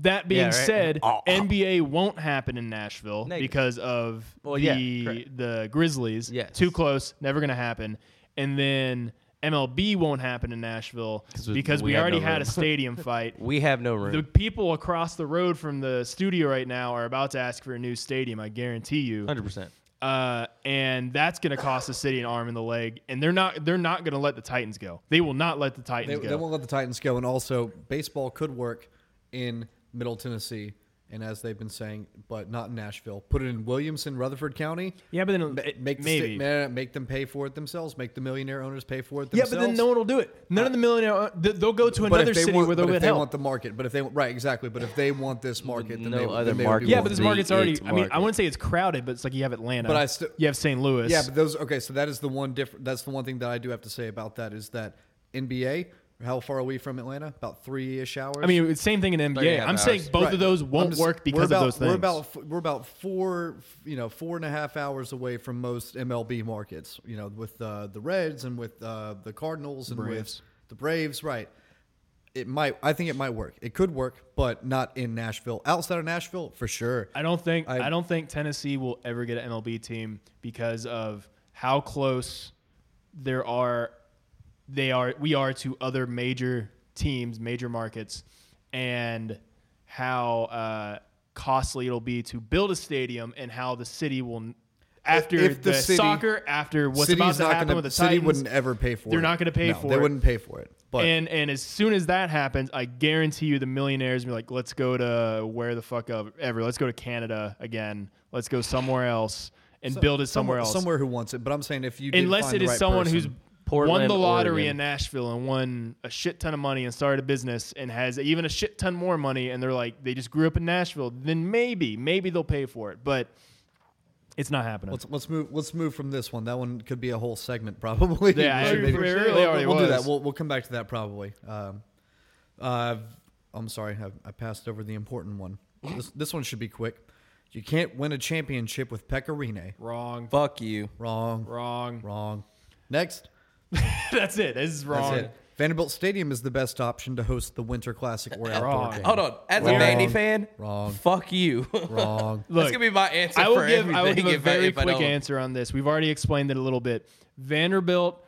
Speaker 2: That being
Speaker 3: Yeah, right.
Speaker 2: said,
Speaker 3: Oh.
Speaker 2: NBA won't happen in Nashville
Speaker 3: Negative.
Speaker 2: because of
Speaker 3: Well,
Speaker 2: the
Speaker 3: yeah, correct.
Speaker 2: the Grizzlies.
Speaker 3: Yes.
Speaker 2: Too close, never going to happen. And then MLB won't happen in Nashville
Speaker 3: 'Cause we-
Speaker 2: because
Speaker 3: we
Speaker 2: we,
Speaker 3: have
Speaker 2: already
Speaker 3: no
Speaker 2: had
Speaker 3: room.
Speaker 2: a stadium fight.
Speaker 3: We have no room.
Speaker 2: The people across the road from the studio right now are about to ask for a new stadium, I guarantee you.
Speaker 3: Hundred percent.
Speaker 2: Uh, and that's going to cost the city an arm and the leg, and they're not they're not going to let the Titans go. They will not let the
Speaker 1: They,
Speaker 2: Titans
Speaker 1: they
Speaker 2: go.
Speaker 1: won't let the Titans go. And also, baseball could work in Middle Tennessee, and as they've been saying, but not in Nashville. Put it in Williamson, Rutherford County.
Speaker 2: yeah, but then it-
Speaker 1: Make the sta-
Speaker 2: maybe
Speaker 1: ma- make them pay for it themselves. Make the millionaire owners pay for it
Speaker 2: Yeah,
Speaker 1: themselves.
Speaker 2: but then no one will do it. None of the millionaire uh, th- they'll go to
Speaker 1: But
Speaker 2: another
Speaker 1: if they
Speaker 2: city
Speaker 1: want,
Speaker 2: where they'll
Speaker 1: but
Speaker 2: get
Speaker 1: if they
Speaker 2: help.
Speaker 1: want the market, but if they right exactly, but if they want this market, then
Speaker 3: No
Speaker 1: they,
Speaker 3: other
Speaker 1: then they would
Speaker 3: market.
Speaker 1: do
Speaker 2: yeah,
Speaker 1: it.
Speaker 2: but this
Speaker 3: the
Speaker 2: market's already.
Speaker 3: its
Speaker 2: I mean, I
Speaker 3: market.
Speaker 2: wouldn't say it's crowded, but it's like you have Atlanta,
Speaker 1: But I still-
Speaker 2: you have St. Louis.
Speaker 1: Yeah, but those okay. So that is the one different. That's the one thing that I do have to say about that is that NBA. How far are we from Atlanta? About three ish hours.
Speaker 2: I mean, it's same thing in
Speaker 3: Thirty
Speaker 2: NBA.
Speaker 3: and a half
Speaker 2: I'm saying
Speaker 3: hours.
Speaker 2: both
Speaker 1: Right.
Speaker 2: of those
Speaker 1: I'm
Speaker 2: won't
Speaker 1: just-
Speaker 2: work because
Speaker 1: we're about,
Speaker 2: of those things.
Speaker 1: We're about f- we're about four f- you know four and a half hours away from most MLB markets. You know, with uh, the Reds and with uh, the Cardinals and
Speaker 2: Braves.
Speaker 1: with the Braves. Right. It might. I think it might work. It could work, but not in Nashville. Outside of Nashville, for sure.
Speaker 2: I don't think
Speaker 1: I-
Speaker 2: I, don't think Tennessee will ever get an MLB team because of how close there are they are we are to other major teams, major markets, and how uh, costly it'll be to build a stadium and how the city will n- after
Speaker 1: if the
Speaker 2: the,
Speaker 1: city-
Speaker 2: soccer after what's
Speaker 1: City's
Speaker 2: about to
Speaker 1: not
Speaker 2: happen
Speaker 1: gonna-
Speaker 2: with the
Speaker 1: city
Speaker 2: Titans,
Speaker 1: wouldn't ever pay for.
Speaker 2: they're
Speaker 1: it.
Speaker 2: not gonna pay
Speaker 1: No,
Speaker 2: for
Speaker 1: they
Speaker 2: it.
Speaker 1: wouldn't pay for it. But
Speaker 2: and and as soon as that happens, I guarantee you the millionaires be like, let's go to where the fuck ever. Let's go to Canada again. Let's go somewhere else and build it somewhere, else.
Speaker 1: Somewhere who wants it. But I'm saying if you did
Speaker 2: Unless
Speaker 1: find
Speaker 2: it
Speaker 1: the
Speaker 2: is
Speaker 1: right
Speaker 2: someone
Speaker 1: person-
Speaker 2: who's won
Speaker 3: Portland,
Speaker 2: the lottery
Speaker 3: Oregon.
Speaker 2: in Nashville and won a shit ton of money and started a business and has even a shit ton more money and they're like they just grew up in Nashville, then maybe maybe they'll pay for it, but it's not happening.
Speaker 1: Let's, let's move. Let's move from this one. That one could be a whole segment, probably.
Speaker 2: Yeah,
Speaker 1: Maybe-
Speaker 2: it
Speaker 1: maybe-
Speaker 2: really
Speaker 1: we'll- we'll,
Speaker 2: already
Speaker 1: we'll do that.
Speaker 2: was.
Speaker 1: We'll, we'll come back to that probably. Um, uh, I'm sorry, I, I passed over the important one. This, this one should be quick. You can't win a championship with Pecorine.
Speaker 2: wrong,
Speaker 3: Fuck you.
Speaker 1: Wrong.
Speaker 2: wrong.
Speaker 1: Wrong. Next.
Speaker 2: That's it. This is
Speaker 1: That's
Speaker 2: wrong.
Speaker 1: it. Vanderbilt Stadium is the best option to host the Winter Classic or outdoor
Speaker 2: Wrong.
Speaker 1: game.
Speaker 3: Hold on. As
Speaker 1: Wrong.
Speaker 3: a Mandy fan,
Speaker 1: Wrong.
Speaker 3: Fuck you.
Speaker 1: Wrong.
Speaker 2: Look,
Speaker 3: That's gonna be my answer.
Speaker 2: I will
Speaker 3: for
Speaker 2: give I will
Speaker 3: everything
Speaker 2: give a
Speaker 3: if I-
Speaker 2: very
Speaker 3: if I
Speaker 2: quick
Speaker 3: don't-
Speaker 2: answer on this. We've already explained it a little bit. Vanderbilt,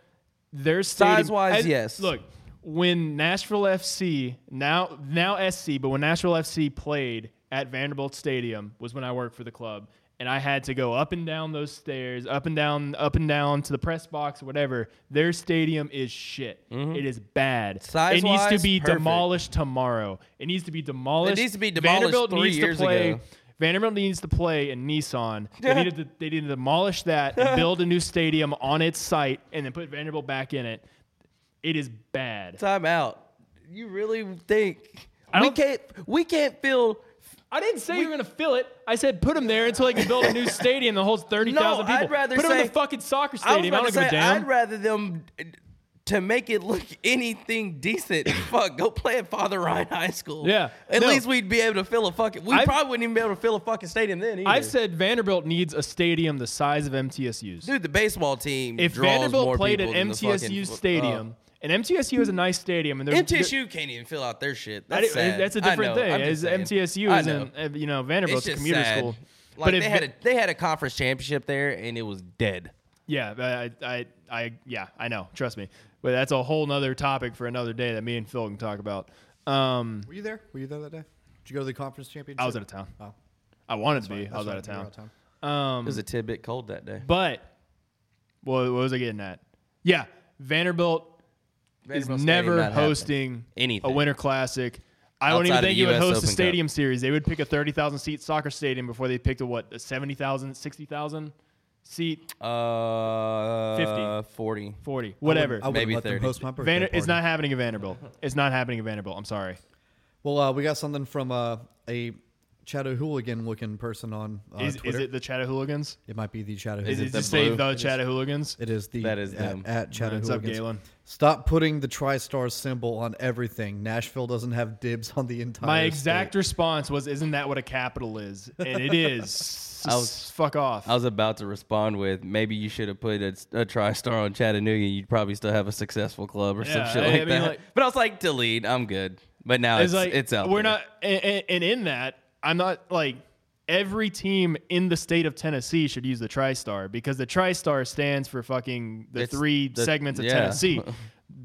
Speaker 2: their stadium,
Speaker 3: Size-wise, yes.
Speaker 2: Look, when Nashville FC now now SC, but when Nashville FC played at Vanderbilt Stadium was when I worked for the club, and I had to go up and down those stairs, up and down, up and down to the press box, whatever. Their stadium is shit. It is bad. it needs to
Speaker 3: Mm-hmm. Size-wise,
Speaker 2: be
Speaker 3: perfect.
Speaker 2: demolished tomorrow. It needs to be demolished.
Speaker 3: needs to be demolished
Speaker 2: Vanderbilt
Speaker 3: three
Speaker 2: needs
Speaker 3: years
Speaker 2: to play.
Speaker 3: ago.
Speaker 2: Vanderbilt needs to play in Nissan. They needed to, they needed to demolish that and build a new stadium on its site and then put Vanderbilt back in it. It is bad.
Speaker 3: Time out. You really think
Speaker 2: I
Speaker 3: we
Speaker 2: don't-
Speaker 3: can't? We can't feel.
Speaker 2: I didn't say you were going to fill it. I said put them there until they can build a new stadium that holds 30,000
Speaker 3: No, I'd
Speaker 2: people.
Speaker 3: rather
Speaker 2: put them in
Speaker 3: say-
Speaker 2: the fucking soccer
Speaker 3: I was
Speaker 2: stadium. I,
Speaker 3: about to
Speaker 2: don't give
Speaker 3: say
Speaker 2: a
Speaker 3: I'd
Speaker 2: damn.
Speaker 3: rather them to make it look anything decent. fuck, go play at Father Ryan High School.
Speaker 2: Yeah,
Speaker 3: at
Speaker 2: no.
Speaker 3: least we'd be able to fill a fucking. We
Speaker 2: I've-
Speaker 3: probably wouldn't even be able to fill a fucking stadium then. Either.
Speaker 2: I've said Vanderbilt needs a stadium the size of MTSU's.
Speaker 3: dude, the baseball team.
Speaker 2: if
Speaker 3: draws
Speaker 2: Vanderbilt
Speaker 3: more
Speaker 2: played at
Speaker 3: people than the fucking
Speaker 2: MTSU
Speaker 3: fo- uh,
Speaker 2: Stadium, and MTSU is a nice stadium, and they're,
Speaker 3: Oh.
Speaker 2: they're-
Speaker 3: MTSU can't even fill out their shit.
Speaker 2: I di-
Speaker 3: That's, sad.
Speaker 2: That's a
Speaker 3: I
Speaker 2: different
Speaker 3: know.
Speaker 2: thing.
Speaker 3: I'm just
Speaker 2: Is
Speaker 3: saying.
Speaker 2: MTSU
Speaker 3: I
Speaker 2: is
Speaker 3: know.
Speaker 2: in uh, you know Vanderbilt's a
Speaker 3: just
Speaker 2: commuter
Speaker 3: sad.
Speaker 2: school.
Speaker 3: Like
Speaker 2: if
Speaker 3: they had
Speaker 2: Va-
Speaker 3: a they had a conference championship there and it was dead.
Speaker 2: Yeah, but I, I, I, yeah, I know. Trust me. But that's a whole nother topic for another day that me and Phil can talk about. Um,
Speaker 1: Were you there? Were you there that day? Did you go to the conference championship?
Speaker 2: I was out of town.
Speaker 1: Oh.
Speaker 2: I wanted to be. I was out
Speaker 1: That's
Speaker 2: of
Speaker 1: right, you were
Speaker 2: town. Um,
Speaker 3: It was a tidbit cold that day.
Speaker 2: but what, what was I getting at? Yeah, Vanderbilt,
Speaker 3: Vanderbilt
Speaker 2: is
Speaker 3: Stadium
Speaker 2: never
Speaker 3: not happening.
Speaker 2: happening. hosting
Speaker 3: Anything.
Speaker 2: a Winter Classic. I don't
Speaker 3: Outside
Speaker 2: even
Speaker 3: of
Speaker 2: think you would
Speaker 3: US
Speaker 2: host
Speaker 3: Open
Speaker 2: a
Speaker 3: Cup.
Speaker 2: stadium series. They would pick a 30,000 seat soccer stadium before they picked a what, a 70,000, 60,000 seat,
Speaker 3: Uh,
Speaker 2: 50.
Speaker 3: 40.
Speaker 2: 40, whatever.
Speaker 1: I wouldn't
Speaker 3: Maybe
Speaker 1: let them
Speaker 3: 30.
Speaker 1: host my birthday
Speaker 2: Vander-
Speaker 1: party.
Speaker 2: it's not happening at Vanderbilt. It's not happening at Vanderbilt. I'm sorry.
Speaker 1: Well, uh, we got something from uh, a Chattahoolighan looking person on uh,
Speaker 2: Is, is
Speaker 1: Twitter.
Speaker 2: it the Chattahooligans?
Speaker 1: It might be the
Speaker 2: Is
Speaker 1: Chattahoolighan.
Speaker 2: it
Speaker 3: the
Speaker 2: just say
Speaker 3: blue?
Speaker 2: the Chattahooligans?
Speaker 1: It is the
Speaker 3: That is
Speaker 1: at,
Speaker 3: them.
Speaker 1: at Chattahooligans.
Speaker 2: What's up, Galen?
Speaker 1: Stop putting the TriStar symbol on everything. Nashville doesn't have dibs on the entire.
Speaker 2: My
Speaker 1: state.
Speaker 2: exact response was, "Isn't that what a capital is?" And it is.
Speaker 3: I was-
Speaker 2: fuck off.
Speaker 3: I was about to respond with maybe you should have put a, a TriStar on Chattanooga. You'd probably still have a successful club or some
Speaker 2: Yeah,
Speaker 3: shit
Speaker 2: I- I
Speaker 3: like
Speaker 2: mean,
Speaker 3: that.
Speaker 2: like-
Speaker 3: but I was like, delete. I'm good. But now it's
Speaker 2: it's
Speaker 3: it's,
Speaker 2: like
Speaker 3: out.
Speaker 2: We're
Speaker 3: there.
Speaker 2: not, and, and- and in that, I'm not like every team in the state of Tennessee should use the TriStar because the TriStar stands for fucking the
Speaker 3: It's
Speaker 2: three
Speaker 3: the-
Speaker 2: segments of
Speaker 3: yeah.
Speaker 2: Tennessee.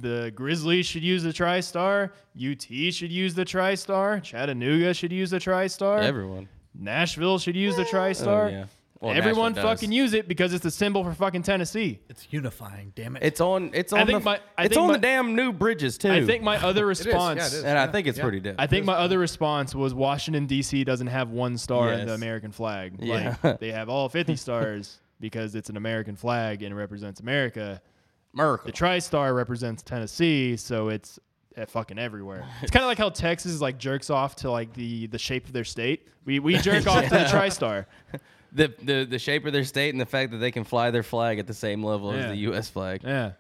Speaker 2: The Grizzlies should use the TriStar. UT should use the TriStar. Chattanooga should use the TriStar.
Speaker 3: everyone.
Speaker 2: Nashville should use the TriStar.
Speaker 3: Oh, yeah. Well,
Speaker 2: Everyone
Speaker 3: Nashville does.
Speaker 2: fucking use it because it's the symbol for fucking Tennessee.
Speaker 1: It's unifying. Damn it.
Speaker 3: It's on. It's on.
Speaker 2: think
Speaker 3: the,
Speaker 2: my- I
Speaker 3: it's
Speaker 2: think
Speaker 3: on
Speaker 2: my-
Speaker 3: the damn new bridges too.
Speaker 2: I think my other
Speaker 1: is, yeah, it
Speaker 2: response
Speaker 1: is.
Speaker 3: and I
Speaker 1: Yeah,
Speaker 3: think it's
Speaker 1: yeah.
Speaker 3: pretty dope.
Speaker 2: I think my other response was Washington D.C. doesn't have one star in the
Speaker 3: Yes.
Speaker 2: American flag.
Speaker 3: Yeah.
Speaker 2: Like they have all 50 stars because it's an American flag and it represents America.
Speaker 3: America.
Speaker 2: The TriStar represents Tennessee, so it's at fucking everywhere. It's kind of like how Texas like jerks off to like the the shape of their state. We we jerk off to the TriStar.
Speaker 3: the, the the shape of their state and the fact that they can fly their flag at the same level
Speaker 2: Yeah.
Speaker 3: as the U.S. flag.
Speaker 2: Yeah.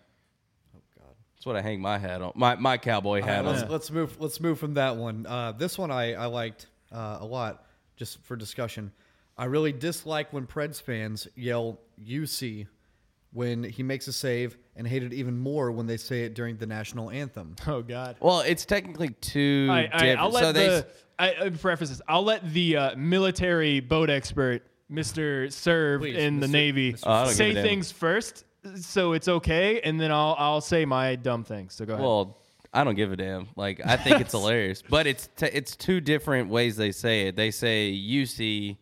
Speaker 3: That's what I hang my hat on. My my cowboy
Speaker 1: All
Speaker 3: hat
Speaker 1: right,
Speaker 3: on.
Speaker 1: let's, let's move. Let's move from that one. Uh, this one I, I liked uh, a lot, just for discussion. I really dislike when Preds fans yell "UC" when he makes a save, and hate it even more when they say it during the national anthem.
Speaker 2: Oh God.
Speaker 3: Well, it's technically two
Speaker 2: All right, all right,
Speaker 3: different.
Speaker 2: I'll let
Speaker 3: so they
Speaker 2: the I, I preface this. I'll let the uh, military boat expert, Mister Served
Speaker 1: Please,
Speaker 2: in the
Speaker 1: Mr.
Speaker 2: Navy,
Speaker 1: Oh,
Speaker 3: I don't give a
Speaker 2: say
Speaker 3: damn.
Speaker 2: things first, so it's okay, and then I'll I'll say my dumb things. So go ahead.
Speaker 3: Well, I don't give a damn. Like I think it's hilarious, but it's t- it's two different ways they say it. They say UC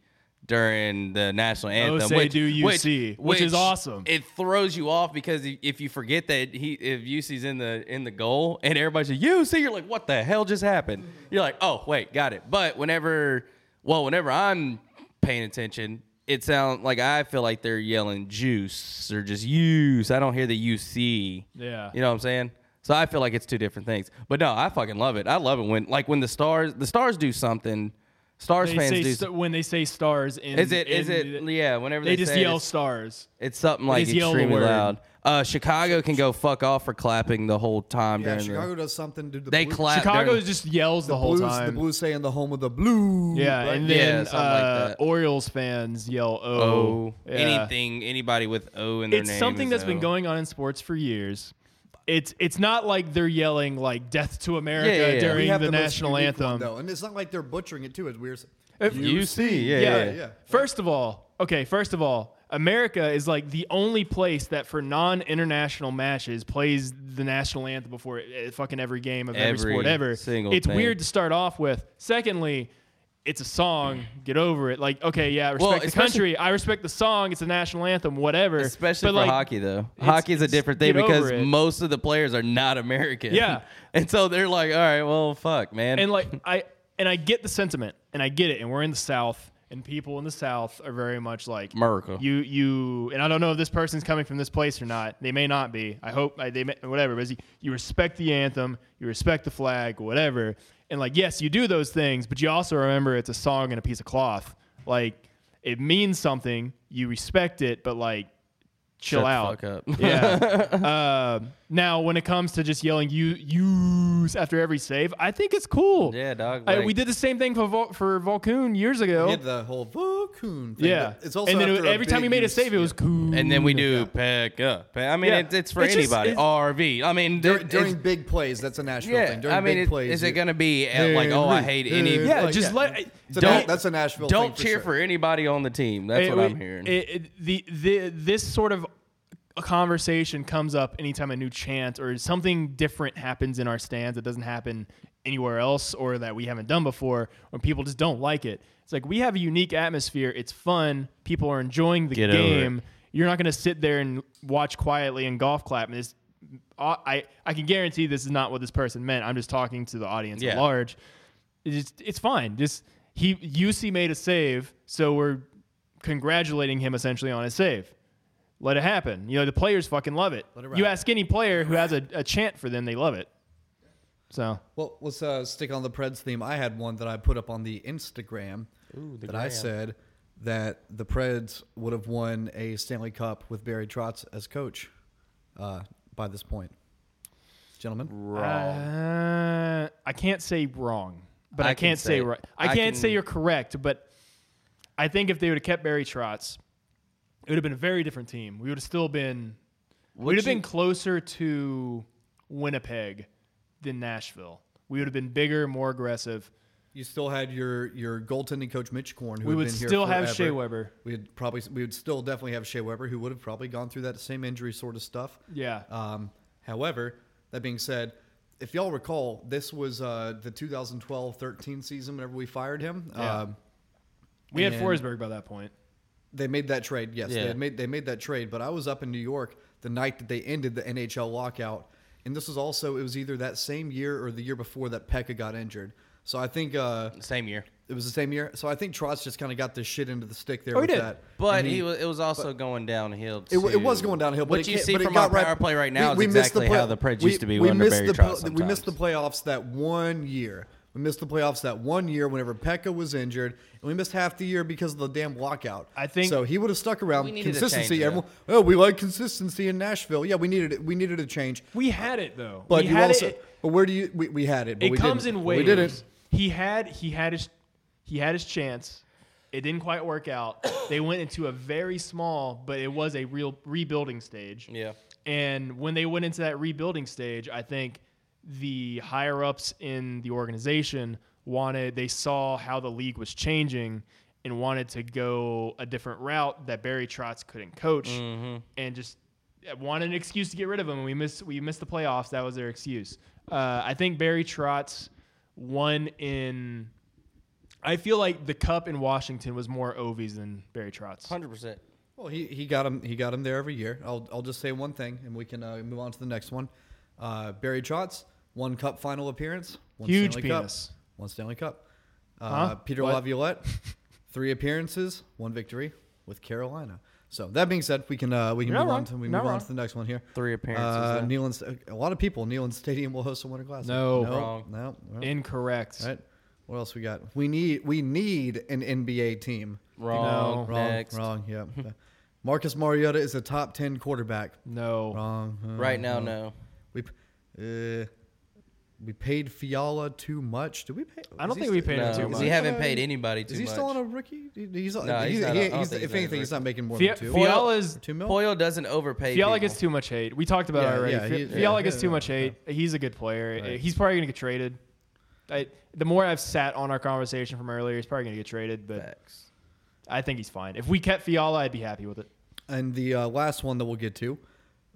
Speaker 3: during the national anthem.
Speaker 2: say
Speaker 3: which,
Speaker 2: do UC, which is awesome.
Speaker 3: It throws you off because i- if you forget that he if UC's in the in the goal and everybody's like UC, you're like, what the hell just happened? You're like, oh wait, got it. But whenever, well, whenever I'm paying attention. It sounds like I feel like they're yelling juice or just use. I don't hear the UC.
Speaker 2: Yeah.
Speaker 3: You know what I'm saying? So I feel like it's two different things. But no, I fucking love it. I love it when like when the stars the stars do something. Stars
Speaker 2: they
Speaker 3: fans
Speaker 2: say
Speaker 3: do.
Speaker 2: st- when they say stars in
Speaker 3: is it is
Speaker 2: in
Speaker 3: it
Speaker 2: the-
Speaker 3: yeah? Whenever
Speaker 2: they,
Speaker 3: they,
Speaker 2: just
Speaker 3: say it,
Speaker 2: yell
Speaker 3: it's,
Speaker 2: stars.
Speaker 3: it's something like
Speaker 2: just yell the
Speaker 3: extremely
Speaker 2: word.
Speaker 3: loud. Uh, Chicago can go fuck off for clapping the whole time
Speaker 1: Yeah,
Speaker 3: during
Speaker 1: Chicago
Speaker 3: the.
Speaker 1: does something. Dude, the
Speaker 3: They
Speaker 1: Blues-
Speaker 3: clap.
Speaker 2: Chicago
Speaker 3: during-
Speaker 2: just yells the,
Speaker 1: The
Speaker 2: whole
Speaker 1: Blues,
Speaker 2: time.
Speaker 1: the Blues say in the home of the blue.
Speaker 2: Yeah,
Speaker 1: right?
Speaker 2: and
Speaker 3: Yeah,
Speaker 2: then
Speaker 3: something like
Speaker 2: uh,
Speaker 3: that.
Speaker 2: Orioles fans yell
Speaker 3: oh
Speaker 2: "oh." Yeah.
Speaker 3: anything anybody with O in their
Speaker 2: it's
Speaker 3: name.
Speaker 2: something
Speaker 3: that's
Speaker 2: that's been going on in sports for years. It's it's not like they're yelling like "Death to America"
Speaker 3: Yeah, yeah, yeah.
Speaker 2: during
Speaker 1: we have
Speaker 2: the,
Speaker 1: most
Speaker 2: national
Speaker 1: unique one,
Speaker 2: anthem.
Speaker 1: though, and it's not like they're butchering it too. As weird.
Speaker 3: UC yeah yeah. yeah.
Speaker 1: yeah.
Speaker 2: First of all, okay. First of all, America is like the only place that for non-international matches plays the national anthem before eh, fucking every game of every,
Speaker 3: Every
Speaker 2: sport ever.
Speaker 3: single
Speaker 2: it's
Speaker 3: thing.
Speaker 2: weird to start off with. Secondly. It's a song. Get over it. Like, okay, yeah, I
Speaker 3: Well,
Speaker 2: respect the
Speaker 3: especially-
Speaker 2: country. I respect the song. It's a national anthem, whatever.
Speaker 3: Especially
Speaker 2: But,
Speaker 3: for
Speaker 2: like,
Speaker 3: hockey, though.
Speaker 2: it's-
Speaker 3: Hockey is a
Speaker 2: it's-
Speaker 3: different thing
Speaker 2: get
Speaker 3: because
Speaker 2: over it.
Speaker 3: most of the players are not American.
Speaker 2: Yeah.
Speaker 3: and so they're like, all right, well, fuck, man.
Speaker 2: and like I and I get the sentiment and I get it and we're in the South and people in the South are very much like
Speaker 3: America.
Speaker 2: You you and I don't know if this person's coming from this place or not. They may not be. I hope I, they may, whatever. But you, you respect the anthem, you respect the flag, whatever. And like yes, you do those things, but you also remember it's a song and a piece of cloth. Like it means something. You respect it, but like chill
Speaker 3: Shut the
Speaker 2: out.
Speaker 3: fuck up.
Speaker 2: Yeah. um, now, when it comes to just yelling "you use" after every save, I think it's cool.
Speaker 3: Yeah, dog,
Speaker 2: I-
Speaker 3: like-
Speaker 2: we did the same thing for Vol- for Volcoon years ago.
Speaker 1: He had the whole Vulcan thing.
Speaker 2: yeah.
Speaker 1: but It's also
Speaker 2: and then it-
Speaker 1: after a
Speaker 2: every time
Speaker 1: big
Speaker 2: he made a
Speaker 1: use-
Speaker 2: save, it was cool.
Speaker 3: And then we do pick up. I mean,
Speaker 2: Yeah.
Speaker 3: it's, it's for
Speaker 2: It's just-
Speaker 3: anybody.
Speaker 2: it's-
Speaker 3: RV. I mean,
Speaker 1: Dur-
Speaker 3: it-
Speaker 1: during
Speaker 3: it's-
Speaker 1: big plays. That's a Nashville
Speaker 3: yeah.
Speaker 1: thing. During
Speaker 3: I mean,
Speaker 1: big
Speaker 3: it-
Speaker 1: plays,
Speaker 3: is it
Speaker 1: you-
Speaker 3: going to be uh, like, oh, I hate any?
Speaker 1: Henry.
Speaker 2: yeah,
Speaker 1: like,
Speaker 2: just
Speaker 1: yeah.
Speaker 2: let.
Speaker 1: It's a
Speaker 2: don't-
Speaker 1: Na- that's a Nashville. thing
Speaker 3: Don't
Speaker 1: for
Speaker 3: cheer
Speaker 1: sure.
Speaker 3: for anybody on the team. That's
Speaker 2: it-
Speaker 3: what
Speaker 2: it-
Speaker 3: I'm hearing.
Speaker 2: it- it- the, the, this sort of conversation comes up anytime a new chant or something different happens in our stands that doesn't happen anywhere else or that we haven't done before when people just don't like it. It's like we have a unique atmosphere. It's fun. People are enjoying the
Speaker 3: Get over
Speaker 2: game. You're not going to sit there and watch quietly and golf clap. And this, I, I can guarantee this is not what this person meant. I'm just talking to the audience at
Speaker 3: Yeah.
Speaker 2: large it's just- it's fine. Just he UC made a save, so we're congratulating him essentially on his save. Let it happen. You know the players fucking love it.
Speaker 1: Let it
Speaker 2: you
Speaker 1: ride.
Speaker 2: ask any player who has a, a chant for them, they love it. So
Speaker 1: Well, let's uh, stick on the Preds theme. I had one that I put up on the Instagram that I said that the Preds would have won a Stanley Cup with Barry Trotz as coach uh, by this point. Gentlemen,
Speaker 2: Uh, I can't say wrong, but I,
Speaker 3: I can
Speaker 2: can't say,
Speaker 3: say it.
Speaker 2: right. I,
Speaker 3: I
Speaker 2: can't say
Speaker 3: can-
Speaker 2: you're correct, but I think if they would have kept Barry Trotz, it would have been a very different team. We would have still been we'd have
Speaker 3: you-
Speaker 2: been closer to Winnipeg than Nashville. We would have been bigger, more aggressive.
Speaker 1: you still had your your goaltending coach Mitch Korn, who
Speaker 2: We
Speaker 1: had
Speaker 2: would
Speaker 1: been here
Speaker 2: still have
Speaker 1: forever.
Speaker 2: Shea Weber.
Speaker 1: We would probably we would still definitely have Shea Weber, who would have probably gone through that same injury sort of stuff.
Speaker 2: Yeah.
Speaker 1: Um, however, that being said, if y'all recall, this was uh, the 2012-13 season whenever we fired him.
Speaker 2: Yeah.
Speaker 1: Um,
Speaker 2: we had
Speaker 1: and-
Speaker 2: Forsberg by that point.
Speaker 1: they made that trade. Yes,
Speaker 3: Yeah.
Speaker 1: they had made they made that trade. But I was up in New York the night that they ended the NHL lockout, and this was also it was either that same year or the year before that Pekka got injured. So I think uh,
Speaker 3: same year.
Speaker 1: it was the same year. So I think Trotz just kind of got this shit into the stick there
Speaker 2: Oh, he
Speaker 1: with
Speaker 2: did.
Speaker 1: that.
Speaker 3: But
Speaker 1: And
Speaker 3: he, was, it was also going downhill.
Speaker 1: It, w- it
Speaker 3: to-
Speaker 1: was going downhill, but
Speaker 3: What
Speaker 1: it
Speaker 3: you
Speaker 1: ca-
Speaker 3: see
Speaker 1: but it
Speaker 3: from
Speaker 1: got
Speaker 3: our
Speaker 1: right-
Speaker 3: power play right
Speaker 1: we-
Speaker 3: now is
Speaker 1: we missed
Speaker 3: exactly
Speaker 1: play-
Speaker 3: how the Preds
Speaker 1: we-
Speaker 3: used to be
Speaker 1: we
Speaker 3: under
Speaker 1: missed
Speaker 3: Barry
Speaker 1: the
Speaker 3: Trotz.
Speaker 1: pl- We missed the
Speaker 3: sometimes.
Speaker 1: playoffs that one year. We missed the playoffs that one year whenever Pekka was injured, and we missed half the year because of the damn lockout.
Speaker 2: I think-
Speaker 1: so. He would have stuck around.
Speaker 3: We needed a change,
Speaker 1: Consistency.
Speaker 3: yeah.
Speaker 1: everyone, oh, we like consistency in Nashville. Yeah, we needed it. We needed a change.
Speaker 2: We had it though.
Speaker 1: But
Speaker 2: we
Speaker 1: you
Speaker 2: had
Speaker 1: also.
Speaker 2: it.
Speaker 1: but where do you? We, we had it. But
Speaker 2: it
Speaker 1: we
Speaker 2: comes
Speaker 1: didn't.
Speaker 2: in
Speaker 1: But
Speaker 2: waves.
Speaker 1: We didn't.
Speaker 2: He had he had his he had his chance. It didn't quite work out. they went into a very small, but it was a real rebuilding stage.
Speaker 3: Yeah.
Speaker 2: And when they went into that rebuilding stage, I think the higher ups in the organization wanted they saw how the league was changing and wanted to go a different route that Barry Trotz couldn't coach and just uh, wanted an excuse to get rid of him. And we missed we missed the playoffs. That was their excuse. Uh, I think Barry Trotz won in. I feel like the cup in Washington was more Ovies than Barry Trotz.
Speaker 3: Hundred percent.
Speaker 1: Well, he, he got him he got him there every year. I'll I'll just say one thing, and we can uh, move on to the next one. Uh, Barry Trotz, one cup final appearance, one
Speaker 2: Huge
Speaker 1: Stanley
Speaker 2: penis.
Speaker 1: Cup, one Stanley Cup. Uh,
Speaker 2: Huh?
Speaker 1: Peter
Speaker 2: What?
Speaker 1: Laviolette, three appearances, one victory with Carolina. So that being said, we can uh, we can
Speaker 2: You're
Speaker 1: move
Speaker 2: not
Speaker 1: on
Speaker 2: wrong.
Speaker 1: to we
Speaker 2: You're
Speaker 1: move
Speaker 2: not
Speaker 1: on
Speaker 2: wrong.
Speaker 1: to the next one here.
Speaker 3: Three appearances,
Speaker 1: Uh,
Speaker 3: huh?
Speaker 1: Neyland's- a lot of people. Neyland Stadium will host a Winter Classic.
Speaker 2: No.
Speaker 1: no,
Speaker 3: Wrong.
Speaker 1: no. Well,
Speaker 2: Incorrect.
Speaker 1: all right. What else we got? We need we need an NBA team.
Speaker 3: Wrong.
Speaker 1: Wrong.
Speaker 3: Next.
Speaker 1: Wrong. Yeah. Marcus Mariota is a top ten quarterback.
Speaker 2: No.
Speaker 1: Wrong. uh,
Speaker 3: Right now, no.
Speaker 1: We uh, we paid Fiala too much. Did we pay?
Speaker 2: I don't
Speaker 1: is he
Speaker 2: think we
Speaker 1: still-
Speaker 2: paid him
Speaker 3: No,
Speaker 2: too
Speaker 3: because
Speaker 2: much.
Speaker 3: we haven't
Speaker 1: on a-
Speaker 3: paid anybody too
Speaker 1: Is he
Speaker 3: much.
Speaker 1: still on a rookie? He's, on-
Speaker 3: No,
Speaker 1: he's,
Speaker 3: he's not
Speaker 1: he-
Speaker 3: on- I don't
Speaker 1: he's-
Speaker 3: think he's
Speaker 1: if
Speaker 3: on a
Speaker 1: anything, he's
Speaker 3: rookie.
Speaker 1: not making more
Speaker 2: Fia-
Speaker 1: than two.
Speaker 2: Fiala is-
Speaker 1: Or two mil.
Speaker 3: Poyle doesn't overpay.
Speaker 2: Fiala
Speaker 3: people.
Speaker 2: gets too much hate. We talked about
Speaker 1: Yeah,
Speaker 2: it
Speaker 1: yeah,
Speaker 2: already.
Speaker 1: he-
Speaker 2: Fi- Fiala
Speaker 1: yeah,
Speaker 2: gets too
Speaker 1: yeah,
Speaker 2: much hate. He's a good player.
Speaker 1: Right.
Speaker 2: He's probably going to get traded. I, the more I've sat on our conversation from earlier, he's probably going to get traded, but
Speaker 3: Facts.
Speaker 2: I think he's fine. If we kept Fiala, I'd be happy with it.
Speaker 1: And the uh, last one that we'll get to.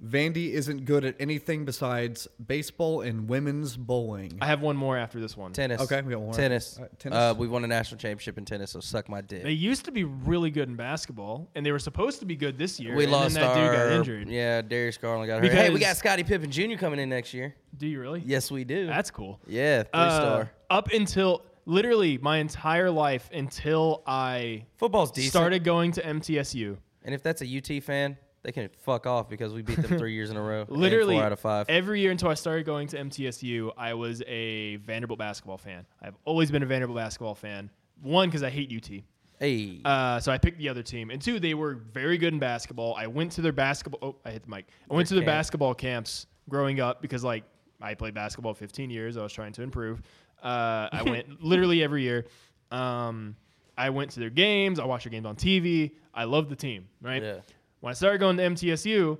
Speaker 1: Vandy isn't good at anything besides baseball and women's bowling.
Speaker 2: I have one more after this one.
Speaker 3: Tennis.
Speaker 1: Okay, we got one more.
Speaker 3: Tennis.
Speaker 1: All right, tennis.
Speaker 3: Uh, we won a national championship in tennis, so suck my dick.
Speaker 2: They used to be really good in basketball, and they were supposed to be good this year.
Speaker 3: we
Speaker 2: and
Speaker 3: lost
Speaker 2: then that
Speaker 3: our.
Speaker 2: dude got injured.
Speaker 3: Yeah, Darius Garland got hurt. Hey, we
Speaker 2: Because-
Speaker 3: got Scottie Pippen Jr. coming in next year.
Speaker 2: Do you really?
Speaker 3: Yes, we do.
Speaker 2: That's cool.
Speaker 3: yeah, three
Speaker 2: Uh,
Speaker 3: star.
Speaker 2: Up until literally my entire life until I
Speaker 3: Football's decent.
Speaker 2: started going to MTSU.
Speaker 3: And if that's a UT fan, they can fuck off because we beat them three years in a row. and
Speaker 2: Literally,
Speaker 3: four out of five.
Speaker 2: every year until I started going to MTSU, I was a Vanderbilt basketball fan. I've always been a Vanderbilt basketball fan. One, because I hate UT.
Speaker 3: hey,
Speaker 2: Uh, so I picked the other team. And two, they were very good in basketball. I went to their basketball. Oh, I hit the mic. I went to
Speaker 3: Their
Speaker 2: their
Speaker 3: camp.
Speaker 2: basketball camps growing up because like I played basketball 15 years. I was trying to improve. Uh, I went literally every year. Um, I went to their games. I watched their games on TV. I loved the team. Right.
Speaker 3: Yeah.
Speaker 2: When I started going to MTSU,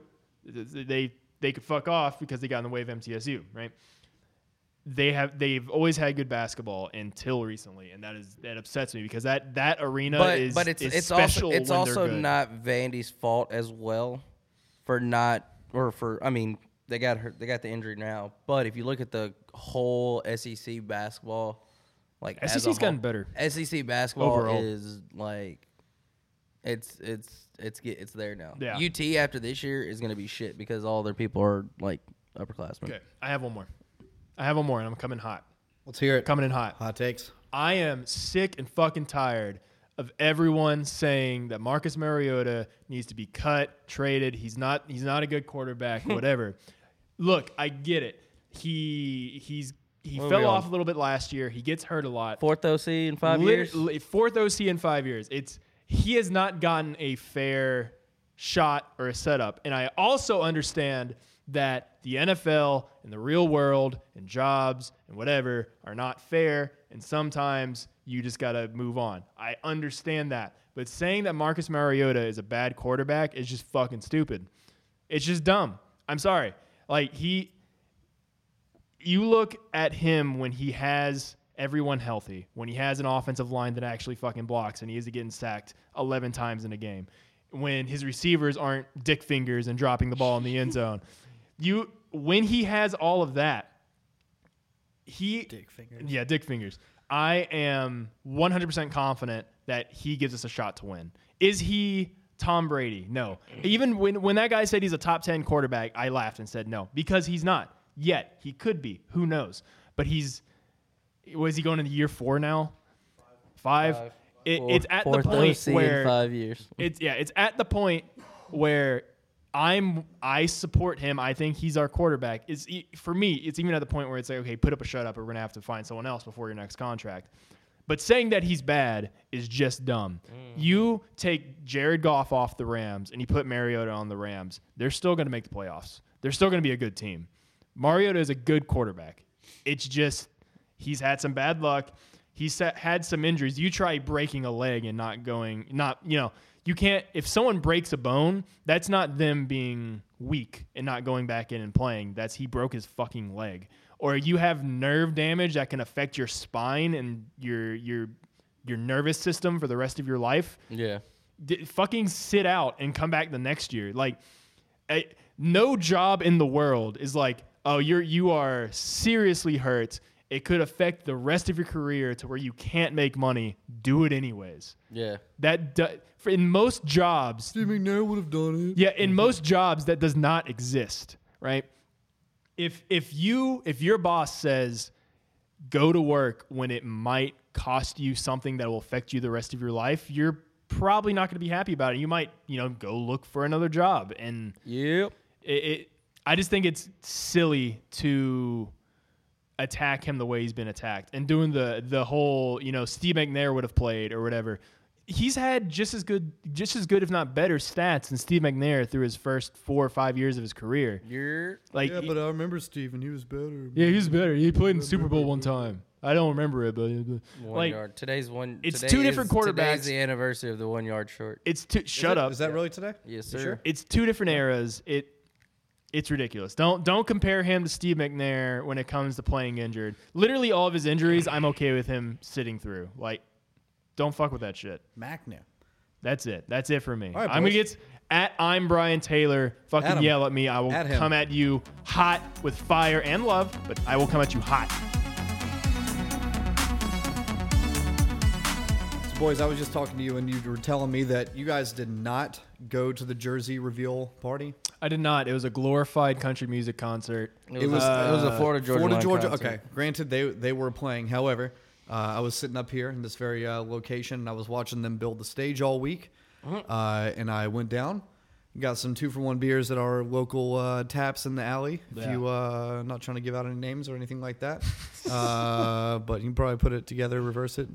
Speaker 2: th- th- they they could fuck off because they got in the way of MTSU. Right they have they've always had good basketball until recently, and that is that upsets me because that that arena
Speaker 3: but
Speaker 2: is
Speaker 3: but it's
Speaker 2: is
Speaker 3: it's
Speaker 2: special.
Speaker 3: also it's
Speaker 2: when
Speaker 3: also
Speaker 2: they're good.
Speaker 3: not Vandy's fault as well for not or for I mean they got hurt they got the injury now. But if you look at the whole SEC basketball, like as a
Speaker 2: SEC's E gotten
Speaker 3: whole-
Speaker 2: better.
Speaker 3: SEC E basketball
Speaker 2: Overall.
Speaker 3: is like it's it's it's get it's there now.
Speaker 2: Yeah.
Speaker 3: UT after this year is gonna be shit because all their people are like upperclassmen.
Speaker 2: Okay, I have one more. I have one more, and I'm coming hot.
Speaker 1: Let's hear it.
Speaker 2: Coming in hot.
Speaker 1: Hot takes.
Speaker 2: I am sick and fucking tired of everyone saying that Marcus Mariota needs to be cut, traded. He's not he's not a good quarterback, whatever. Look, I get it. He he's he
Speaker 3: Where are
Speaker 2: fell
Speaker 3: we
Speaker 2: off
Speaker 3: on?
Speaker 2: a little bit last year. He gets hurt a lot.
Speaker 3: Fourth OC in five
Speaker 2: Lit-
Speaker 3: years.
Speaker 2: li- Fourth OC in five years. It's he has not gotten a fair shot or a setup. And I also understand that the NFL and the real world and jobs and whatever are not fair. And sometimes you just gotta move on. I understand that. But saying that Marcus Mariota is a bad quarterback is just fucking stupid. It's just dumb. I'm sorry. Like he you look at him when he has everyone healthy, when he has an offensive line that actually fucking blocks and he isn't getting sacked 11 times in a game, when his receivers aren't dick fingers and dropping the ball in the end zone. You when he has all of that, he dick fingers. Yeah, dick fingers. I am 100% confident that he gives us a shot to win. Is he Tom Brady? No. Even when when that guy said he's a top 10 quarterback, I laughed and said no because he's not yet. He could be. Who knows? But he's was he going into year 4 now? 5. It, it's at the
Speaker 3: Fourth
Speaker 2: point
Speaker 3: OC
Speaker 2: where
Speaker 3: in five years.
Speaker 2: it's yeah, it's at the point where I'm I support him. I think he's our quarterback. Is for me, it's even at the point where it's like, okay, put up a shut up, or we're gonna have to find someone else before your next contract. But saying that he's bad is just dumb. You take Jared Goff off the Rams and you put Mariota on the Rams. They're still gonna make the playoffs. They're still gonna be a good team. Mariota is a good quarterback. It's just he's had some bad luck. He's ha- had some injuries. You try breaking a leg and not going, not, you know, you can't, if someone breaks a bone, that's not them being weak and not going back in and playing. That's he broke his fucking leg. Or you have nerve damage that can affect your spine and your, your, your nervous system for the rest of your life
Speaker 3: Yeah.
Speaker 2: d- fucking sit out and come back the next year. Like, I, no job in the world is like, oh, you're you are seriously hurt. It could affect the rest of your career to where you can't make money. Do it anyways.
Speaker 3: Yeah.
Speaker 2: That do, for in most jobs,
Speaker 1: Steve McNair would have done it.
Speaker 2: yeah, in most jobs that does not exist, right? If if you if your boss says go to work when it might cost you something that will affect you the rest of your life, you're probably not going to be happy about it. You might, you know, go look for another job and
Speaker 3: Yep.
Speaker 2: it, it I just think it's silly to attack him the way he's been attacked and doing the the whole you know Steve McNair would have played or whatever. He's had just as good, just as good if not better stats than Steve McNair through his first four or five years of his career.
Speaker 3: You're
Speaker 2: Like,
Speaker 1: Yeah, but I remember Steve, and he was better.
Speaker 2: yeah, he's better. He played in the Super Bowl one time. I don't remember it, but
Speaker 3: one
Speaker 2: like,
Speaker 3: yard. Today's one.
Speaker 2: it's
Speaker 3: today
Speaker 2: two different
Speaker 3: is-
Speaker 2: quarterbacks.
Speaker 3: Today's the anniversary of the one yard short.
Speaker 2: it's too. Shut
Speaker 1: Is it-
Speaker 2: up.
Speaker 1: Is that really today?
Speaker 3: Yes,
Speaker 1: You
Speaker 3: sir.
Speaker 2: it's two different eras. It it's ridiculous. Don't don't compare him to Steve McNair when it comes to playing injured. Literally all of his injuries, I'm okay with him sitting through. Like, don't fuck with that shit.
Speaker 1: McNair.
Speaker 2: That's it. That's it for me.
Speaker 1: right,
Speaker 2: I'm gonna
Speaker 1: boys.
Speaker 2: get at I'm Brian Taylor. Fucking
Speaker 1: At him.
Speaker 2: yell at me. I will
Speaker 1: At him.
Speaker 2: come at you hot with fire and love, but I will come at you hot.
Speaker 1: So boys, I was just talking to you, and you were telling me that you guys did not go to the jersey reveal party.
Speaker 2: I did not. It was a glorified country music concert.
Speaker 1: It was-
Speaker 2: Uh,
Speaker 3: it was a Florida Georgia.
Speaker 1: Florida
Speaker 3: line
Speaker 1: Georgia.
Speaker 3: concert.
Speaker 1: Okay, granted they they were playing. However, uh, I was sitting up here in this very uh, location, and I was watching them build the stage all week.
Speaker 3: Mm-hmm.
Speaker 1: Uh, and I went down, got some two for one beers at our local uh, taps in the alley. If you uh, not trying to give out any names or anything like that, uh, but you can probably put it together, reverse it,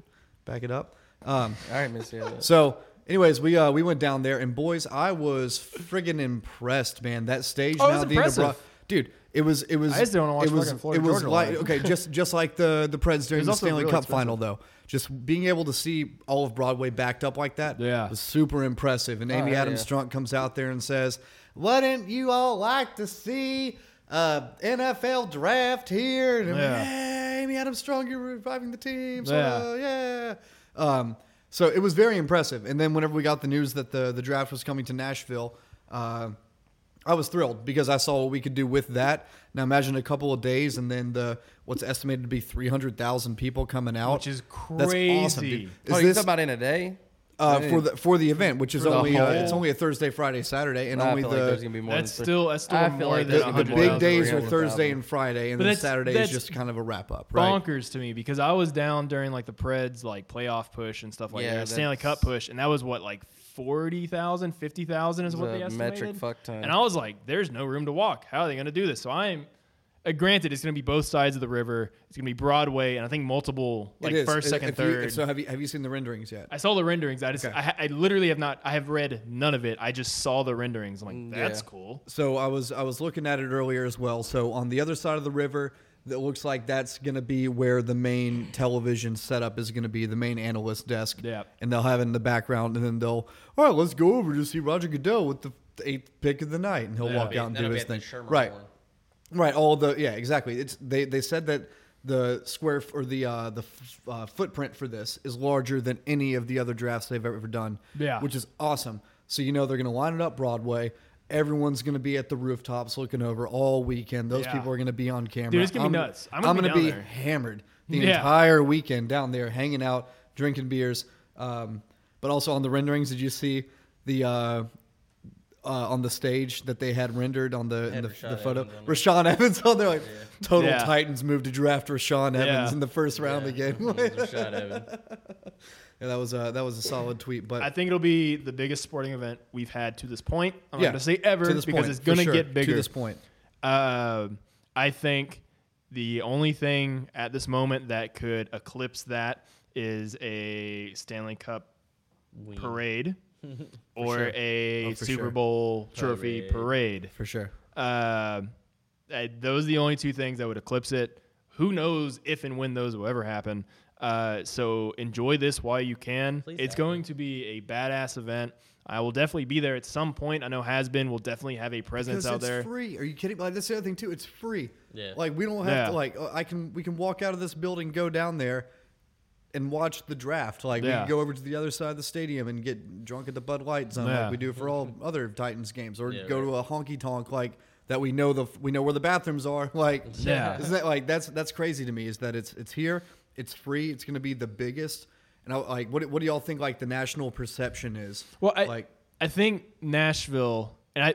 Speaker 1: back it up. Um,
Speaker 3: All right, Miss Hill.
Speaker 1: so, anyways, we uh, we went down there, and boys, I was friggin' impressed, man. That stage
Speaker 2: Oh, it
Speaker 1: now,
Speaker 2: was
Speaker 1: the end of Bro-
Speaker 2: impressive.
Speaker 1: dude. It was it was
Speaker 2: I just don't wanna watch
Speaker 1: it was
Speaker 2: fucking Florida
Speaker 1: it was
Speaker 2: Georgia
Speaker 1: like
Speaker 2: live.
Speaker 1: okay just just like the the Preds during
Speaker 2: was
Speaker 1: the
Speaker 2: also
Speaker 1: Stanley
Speaker 2: really
Speaker 1: Cup
Speaker 2: expensive.
Speaker 1: final though. Just being able to see all of Broadway backed up like that
Speaker 2: Yeah. Oh,
Speaker 1: was super impressive. And Amy
Speaker 3: yeah,
Speaker 1: Adams
Speaker 3: yeah.
Speaker 1: Strunk comes out there and says, "Wouldn't you all like to see uh, NFL draft here?" And everyone,
Speaker 2: Yeah.
Speaker 1: yeah, Amy Adams Strong, you're reviving the team. So,
Speaker 2: Yeah.
Speaker 1: uh, yeah. Um, so it was very impressive. And then whenever we got the news that the, the draft was coming to Nashville, uh, I was thrilled because I saw what we could do with that. Now imagine a couple of days and then the what's estimated to be three hundred thousand people coming out,
Speaker 2: Which is
Speaker 1: That's awesome,
Speaker 2: crazy.
Speaker 1: dude.
Speaker 3: Oh,
Speaker 1: Is
Speaker 3: you
Speaker 1: this
Speaker 3: talking about in a day?
Speaker 1: uh, for the for the event, which is
Speaker 2: the
Speaker 1: only uh,
Speaker 2: whole-
Speaker 1: it's only a Thursday, Friday, Saturday, and
Speaker 3: I
Speaker 1: only
Speaker 3: feel
Speaker 1: the
Speaker 3: like there's gonna be more.
Speaker 2: That's
Speaker 3: than
Speaker 2: still that's still
Speaker 3: I
Speaker 2: more
Speaker 3: feel like
Speaker 2: than
Speaker 3: there's
Speaker 1: the, the
Speaker 2: 100,000.
Speaker 1: big days are
Speaker 3: 300,000.
Speaker 1: Thursday and Friday, and
Speaker 2: But
Speaker 1: then
Speaker 2: that's-
Speaker 1: Saturday
Speaker 2: that's
Speaker 1: is just kind of a wrap up, right?
Speaker 2: bonkers to me because I was down during like the Preds like playoff push and stuff like
Speaker 3: Yeah,
Speaker 2: that, Stanley
Speaker 3: that's-
Speaker 2: Cup push, and that was what like 40,000, 50,000 is what
Speaker 3: The
Speaker 2: they
Speaker 3: metric
Speaker 2: estimated.
Speaker 3: fuck ton.
Speaker 2: And I was like, "There's no room to walk. How are they going to do this?" So I'm, uh, granted, it's going to be both sides of the river. It's going to be Broadway, and I think multiple like
Speaker 1: It is.
Speaker 2: first,
Speaker 1: If-
Speaker 2: second,
Speaker 1: if you-
Speaker 2: third.
Speaker 1: so have you have you seen the renderings yet?
Speaker 2: I saw the renderings. I just
Speaker 1: Okay.
Speaker 2: I, ha- I literally have not. I have read none of it. I just saw the renderings. I'm
Speaker 1: Mm,
Speaker 2: like, that's
Speaker 3: yeah.
Speaker 2: cool.
Speaker 1: So I was I was looking at it earlier as well. So on the other side of the river, that looks like that's going to be where the main television setup is going to be, the main analyst desk.
Speaker 2: Yeah.
Speaker 1: And they'll have it in the background, and then they'll all right, let's go over to see Roger Goodell with the eighth pick of the night, and he'll
Speaker 2: That'll
Speaker 1: walk
Speaker 2: be-
Speaker 1: out and do
Speaker 3: that'll be
Speaker 1: his
Speaker 3: at the
Speaker 1: thing.
Speaker 3: Sherman
Speaker 1: right.
Speaker 3: one.
Speaker 1: Right. All the yeah, exactly. It's they they said that. The square f- or the uh, the f- uh, footprint for this is larger than any of the other drafts they've ever done.
Speaker 2: Yeah.
Speaker 1: which is is awesome. So you know they're going to line it up Broadway. Everyone's going to be at the rooftops looking over all weekend. Those
Speaker 2: Yeah.
Speaker 1: people are going to be on camera.
Speaker 2: Dude, it's gonna be
Speaker 1: I'm-
Speaker 2: nuts. I'm gonna be
Speaker 1: gonna
Speaker 2: down there.
Speaker 1: hammered the
Speaker 2: Yeah.
Speaker 1: entire weekend down there, hanging out, drinking beers. Um, but also on the renderings, did you see the uh, uh, on the stage that they had rendered on the in the,
Speaker 3: Rashad
Speaker 1: the photo?
Speaker 3: Evans on there.
Speaker 1: Rashawn Evans on there, like total
Speaker 2: Yeah.
Speaker 1: Titans move to draft Rashawn Evans in the first round again.
Speaker 3: Shot Evan.
Speaker 1: yeah, that was a, that was a solid tweet. But
Speaker 2: I think it'll be the biggest sporting event we've had to this point. I'm
Speaker 1: yeah,
Speaker 2: not going to say ever
Speaker 1: to this
Speaker 2: because
Speaker 1: point,
Speaker 2: it's
Speaker 1: for
Speaker 2: going to
Speaker 1: sure,
Speaker 2: get bigger.
Speaker 1: to this point.
Speaker 2: Um, I think the only thing at this moment that could eclipse that is a Stanley Cup parade or a
Speaker 1: Oh, for
Speaker 2: Super
Speaker 1: sure.
Speaker 2: Bowl trophy parade.
Speaker 1: For sure.
Speaker 2: Uh, I- those are the only two things that would eclipse it. Who knows if and when those will ever happen. Uh, so enjoy this while you can. it's going to be a badass event. I will definitely be there at some point. I know has been will definitely have a presence
Speaker 1: Because
Speaker 2: out
Speaker 1: it's
Speaker 2: there.
Speaker 1: free. Are you kidding? Like that's the other thing too. It's free.
Speaker 3: Yeah.
Speaker 1: Like we don't have
Speaker 2: Yeah.
Speaker 1: to. Like uh, I can. We can walk out of this building, go down there, and watch the draft. Like we
Speaker 2: Yeah.
Speaker 1: can go over to the other side of the stadium and get drunk at the Bud Light Zone,
Speaker 2: Yeah.
Speaker 1: like we do for all other Titans games, or
Speaker 3: Yeah,
Speaker 1: go to a honky tonk like that. We know the we know where the bathrooms are. Like
Speaker 2: Yeah.
Speaker 1: isn't that like that's that's crazy to me? Is that it's it's here, it's free, it's going to be the biggest. And I, like, what, what do y'all think? Like the national perception is
Speaker 2: Well, I,
Speaker 1: like
Speaker 2: I think Nashville, and I,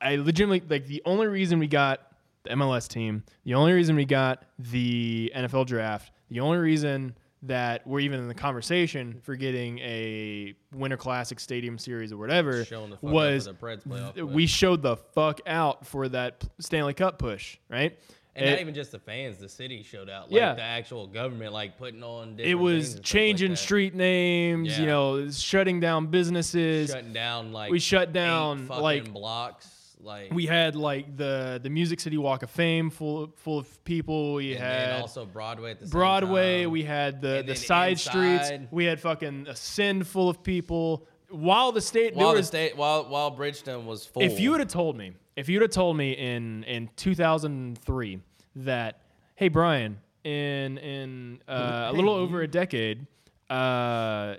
Speaker 2: I legitimately like the only reason we got the MLS team, the only reason we got the NFL draft, the only reason that we're even in the conversation for getting a Winter Classic Stadium Series or whatever
Speaker 3: Showing the fuck up for
Speaker 2: was
Speaker 3: the Preds playoff
Speaker 2: th-
Speaker 3: push.
Speaker 2: we showed the fuck out for that p- Stanley Cup push, right?
Speaker 3: And
Speaker 2: It-
Speaker 3: not even just the fans, the city showed out. Like
Speaker 2: Yeah.
Speaker 3: the actual government, like putting on.
Speaker 2: it
Speaker 3: different things
Speaker 2: was
Speaker 3: and stuff like
Speaker 2: changing
Speaker 3: that.
Speaker 2: street names, you
Speaker 3: Yeah.
Speaker 2: know, shutting down businesses.
Speaker 3: shutting down like
Speaker 2: We shut
Speaker 3: eight
Speaker 2: down,
Speaker 3: fucking
Speaker 2: like-
Speaker 3: blocks. Like
Speaker 2: we had like the the Music City Walk of Fame full full of people. We
Speaker 3: and
Speaker 2: had
Speaker 3: then also Broadway at the same
Speaker 2: Broadway.
Speaker 3: time.
Speaker 2: We had the
Speaker 3: And
Speaker 2: the
Speaker 3: then
Speaker 2: side
Speaker 3: inside.
Speaker 2: streets. We had fucking Ascend full of people. While the state,
Speaker 3: while
Speaker 2: there
Speaker 3: the
Speaker 2: was,
Speaker 3: state while while Bridgeton was full.
Speaker 2: if you would have told me, if you would have told me in in 2003 that, hey Brian, in in uh, a little over a decade, uh,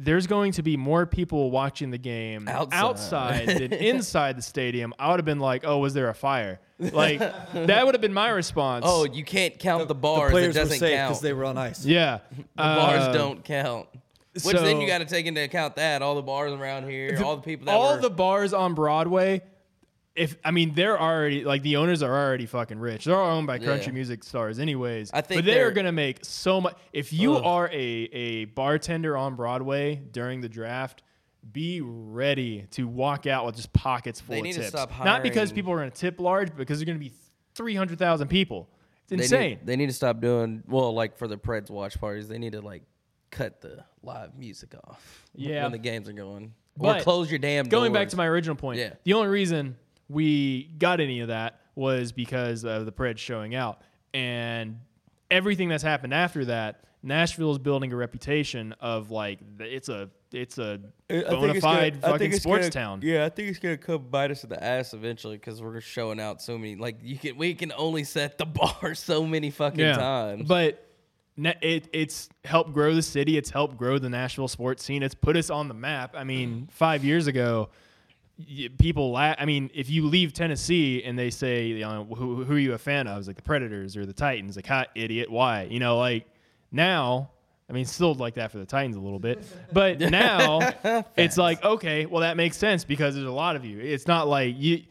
Speaker 2: there's going to be more people watching the game
Speaker 3: Outside.
Speaker 2: outside than inside the stadium, I would have been like, oh, was there a fire? Like that would have been my response.
Speaker 3: oh, you can't count the, bars.
Speaker 1: players
Speaker 3: it
Speaker 1: were
Speaker 3: doesn't
Speaker 1: safe
Speaker 3: count.
Speaker 1: because they were on ice.
Speaker 2: yeah, Um,
Speaker 3: the bars don't count. Which then
Speaker 2: uh, so-
Speaker 3: you got to take into account that all the bars around here, all the people that
Speaker 2: all
Speaker 3: were,
Speaker 2: the bars on Broadway. If I mean, they're already like the owners are already fucking rich. They're all owned by country
Speaker 3: Yeah.
Speaker 2: music stars, anyways.
Speaker 3: I think
Speaker 2: but they are
Speaker 3: they're-
Speaker 2: gonna make so much. If you are a a bartender on Broadway during the draft, be ready to walk out with just pockets full
Speaker 3: They
Speaker 2: of
Speaker 3: need to
Speaker 2: tips.
Speaker 3: stop
Speaker 2: Not because
Speaker 3: hiring-
Speaker 2: people are gonna tip large, but because there's gonna be three hundred thousand people. It's
Speaker 3: they
Speaker 2: insane.
Speaker 3: Need, they need to stop doing well, like for the Preds watch parties. They need to like cut the live music off.
Speaker 2: Yeah.
Speaker 3: when the games are going, or
Speaker 2: But
Speaker 3: close your damn.
Speaker 2: going back
Speaker 3: doors.
Speaker 2: to my original point,
Speaker 3: Yeah.
Speaker 2: the only reason we got any of that was because of the Preds showing out and everything that's happened after that. Nashville is building a reputation of like th- it's a it's a bona fide fucking sports town.
Speaker 3: Yeah, I think it's gonna come bite us in the ass eventually because we're showing out so many. Like you can, we can only set the bar so many fucking times.
Speaker 2: But ne- it, it's helped grow the city. It's helped grow the Nashville sports scene. It's put us on the map. I mean, five years ago, y- people la- I mean, if you leave Tennessee and they say, you know, who, who are you a fan of? It's like the Predators or the Titans. Like, hot idiot. Why? You know, like now. I mean, still like that for the Titans a little bit, but now it's like okay, well that makes sense because there's a lot of you. It's not like you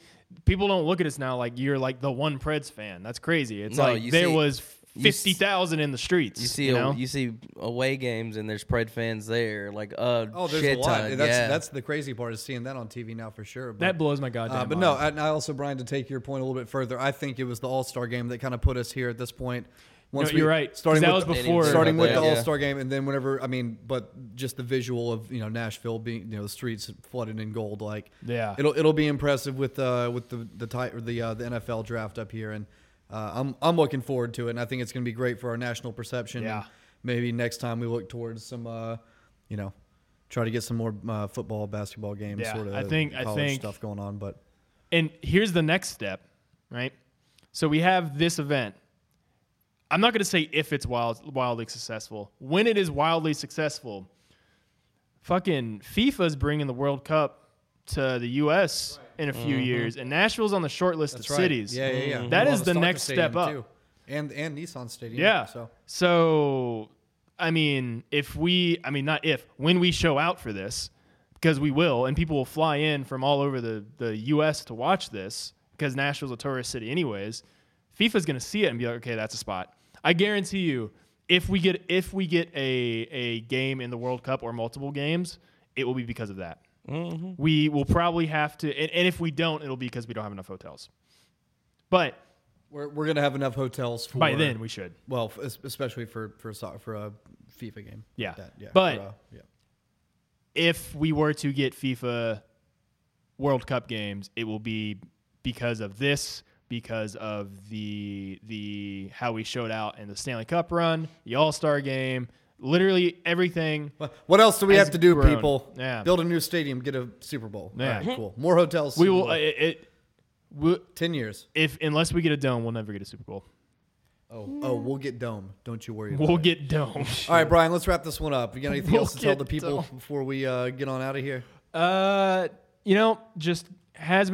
Speaker 2: people don't look at us now like you're like the one Preds fan. That's crazy. It's
Speaker 3: No,
Speaker 2: like
Speaker 3: you
Speaker 2: there
Speaker 3: see-
Speaker 2: was fifty thousand in the streets.
Speaker 3: You see,
Speaker 2: you
Speaker 3: a-
Speaker 2: know?
Speaker 3: you see away games and there's Pred fans there, like uh,
Speaker 1: Oh, there's
Speaker 3: shit
Speaker 1: a lot.
Speaker 3: ton.
Speaker 1: That's
Speaker 3: yeah.
Speaker 1: that's the crazy part is seeing that on TV now for sure. But,
Speaker 2: that blows my goddamn.
Speaker 1: uh, but
Speaker 2: mind.
Speaker 1: no, and I also Brian to take your point a little bit further. I think it was the All Star game that kind of put us here at this point. Once
Speaker 2: No, you're right, 'cause
Speaker 1: Starting
Speaker 2: that
Speaker 1: with,
Speaker 2: was
Speaker 3: They didn't
Speaker 2: before
Speaker 3: care
Speaker 1: starting
Speaker 3: about
Speaker 1: with
Speaker 3: that,
Speaker 1: the
Speaker 3: yeah.
Speaker 1: All Star game, and then whenever I mean, but just the visual of you know Nashville being you know the streets flooded in gold, like
Speaker 2: Yeah.
Speaker 1: it'll it'll be impressive with uh with the the ti- or the uh, the NFL draft up here, and uh, I'm I'm looking forward to it, and I think it's going to be great for our national perception.
Speaker 2: Yeah.
Speaker 1: And maybe next time we look towards some uh you know try to get some more uh, football basketball games
Speaker 2: Yeah,
Speaker 1: sort of
Speaker 2: I think- I
Speaker 1: college
Speaker 2: think-
Speaker 1: stuff going on, but
Speaker 2: And here's the next step, right? So we have this event. I'm not going to say if it's wild, wildly successful. When it is wildly successful, fucking FIFA's bringing the World Cup to the U.S. in a few years, and Nashville's on the short list of
Speaker 1: Mm-hmm. That's right.
Speaker 2: cities. Mm-hmm.
Speaker 1: Yeah, yeah, yeah.
Speaker 2: That
Speaker 1: Mm-hmm. We'll have
Speaker 2: is
Speaker 1: a
Speaker 2: the
Speaker 1: soccer
Speaker 2: next step
Speaker 1: stadium,
Speaker 2: up.
Speaker 1: too. and and Nissan Stadium.
Speaker 2: Yeah.
Speaker 1: So
Speaker 2: So, I mean, if we, I mean, not if, when we show out for this, because we will, and people will fly in from all over the, the U.S. to watch this, because Nashville's a tourist city, anyways. FIFA's going to see it and be like, okay, that's a spot. I guarantee you, if we get if we get a a game in the World Cup or multiple games, it will be because of that. We will probably have to, and, and if we don't, it'll be because we don't have enough hotels. But
Speaker 1: we're we're gonna have enough hotels for
Speaker 2: by then, we should.
Speaker 1: Well, f- es- especially for for so- for a FIFA game.
Speaker 2: Yeah.
Speaker 1: That- yeah.
Speaker 2: But-
Speaker 1: for, uh, yeah.
Speaker 2: if we were to get FIFA World Cup games, it will be because of this, because of the the how we showed out in the Stanley Cup run, the All Star game, literally everything.
Speaker 1: But What else do we
Speaker 2: Has
Speaker 1: have to do,
Speaker 2: grown.
Speaker 1: people?
Speaker 2: Yeah.
Speaker 1: Build a new stadium, get a Super Bowl.
Speaker 2: Yeah.
Speaker 1: All right, cool. More hotels.
Speaker 2: We
Speaker 1: Super
Speaker 2: will uh,
Speaker 1: Bowl.
Speaker 2: it, it we,
Speaker 1: Ten years.
Speaker 2: if unless we get a dome, we'll never get a Super Bowl.
Speaker 1: Oh, oh, we'll get dome. Don't you worry. About
Speaker 2: We'll
Speaker 1: it.
Speaker 2: get dome.
Speaker 1: All right, Brian. Let's wrap this one up. You got anything
Speaker 2: We'll
Speaker 1: else to tell
Speaker 2: get
Speaker 1: the people
Speaker 2: dome.
Speaker 1: before we uh, get on out of here?
Speaker 2: Uh, you know, just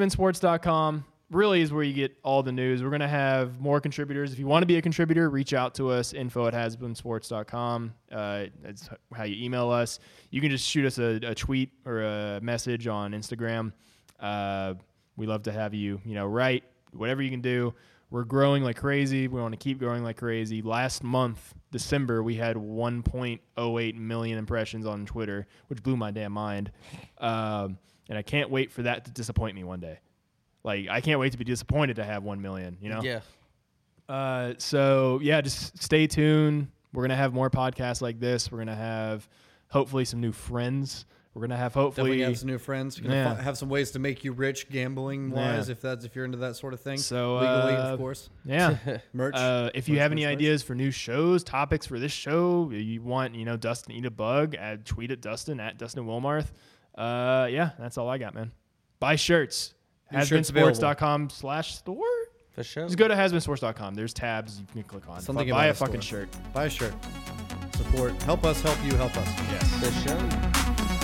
Speaker 2: hasbeensports.com really is where you get all the news. We're going to have more contributors. If you want to be a contributor, reach out to us, info at hasbeensports.com. Uh, that's how you email us. You can just shoot us a, a tweet or a message on Instagram. Uh, we love to have you, you know, write whatever you can do. We're growing like crazy. We want to keep growing like crazy. Last month, December, we had 1.08 million impressions on Twitter, which blew my damn mind. Um, and I can't wait for that to disappoint me one day. Like I can't wait to be disappointed to have 1 million. You know.
Speaker 3: yeah.
Speaker 2: Uh, so yeah, just stay tuned. We're gonna have more podcasts like this. We're gonna have hopefully some new friends. We're gonna have hopefully
Speaker 1: Definitely have some new friends. We're gonna
Speaker 2: Yeah.
Speaker 1: fi- have some ways to make you rich, gambling wise, if that's if you're into that sort of thing.
Speaker 2: So,
Speaker 1: legally,
Speaker 2: uh,
Speaker 1: of course.
Speaker 2: yeah.
Speaker 1: Merch.
Speaker 2: Uh, if you
Speaker 1: Merch,
Speaker 2: have
Speaker 1: merch,
Speaker 2: any
Speaker 1: merch.
Speaker 2: ideas for new shows, topics for this show, you want you know Dustin eat a bug, add, tweet at Dustin at Dustin Wilmarth. Uh, yeah, that's all I got, man. Buy shirts.
Speaker 1: New shirts available.
Speaker 2: Hasbeensports.com slash store.
Speaker 3: For sure.
Speaker 2: Just go to hasbeensports.com. There's tabs you can click on.
Speaker 1: Something about
Speaker 2: buy a
Speaker 1: a store.
Speaker 2: fucking shirt.
Speaker 1: Buy a shirt. Support. Help us. Help you. Help us.
Speaker 2: Yes.
Speaker 3: For sure.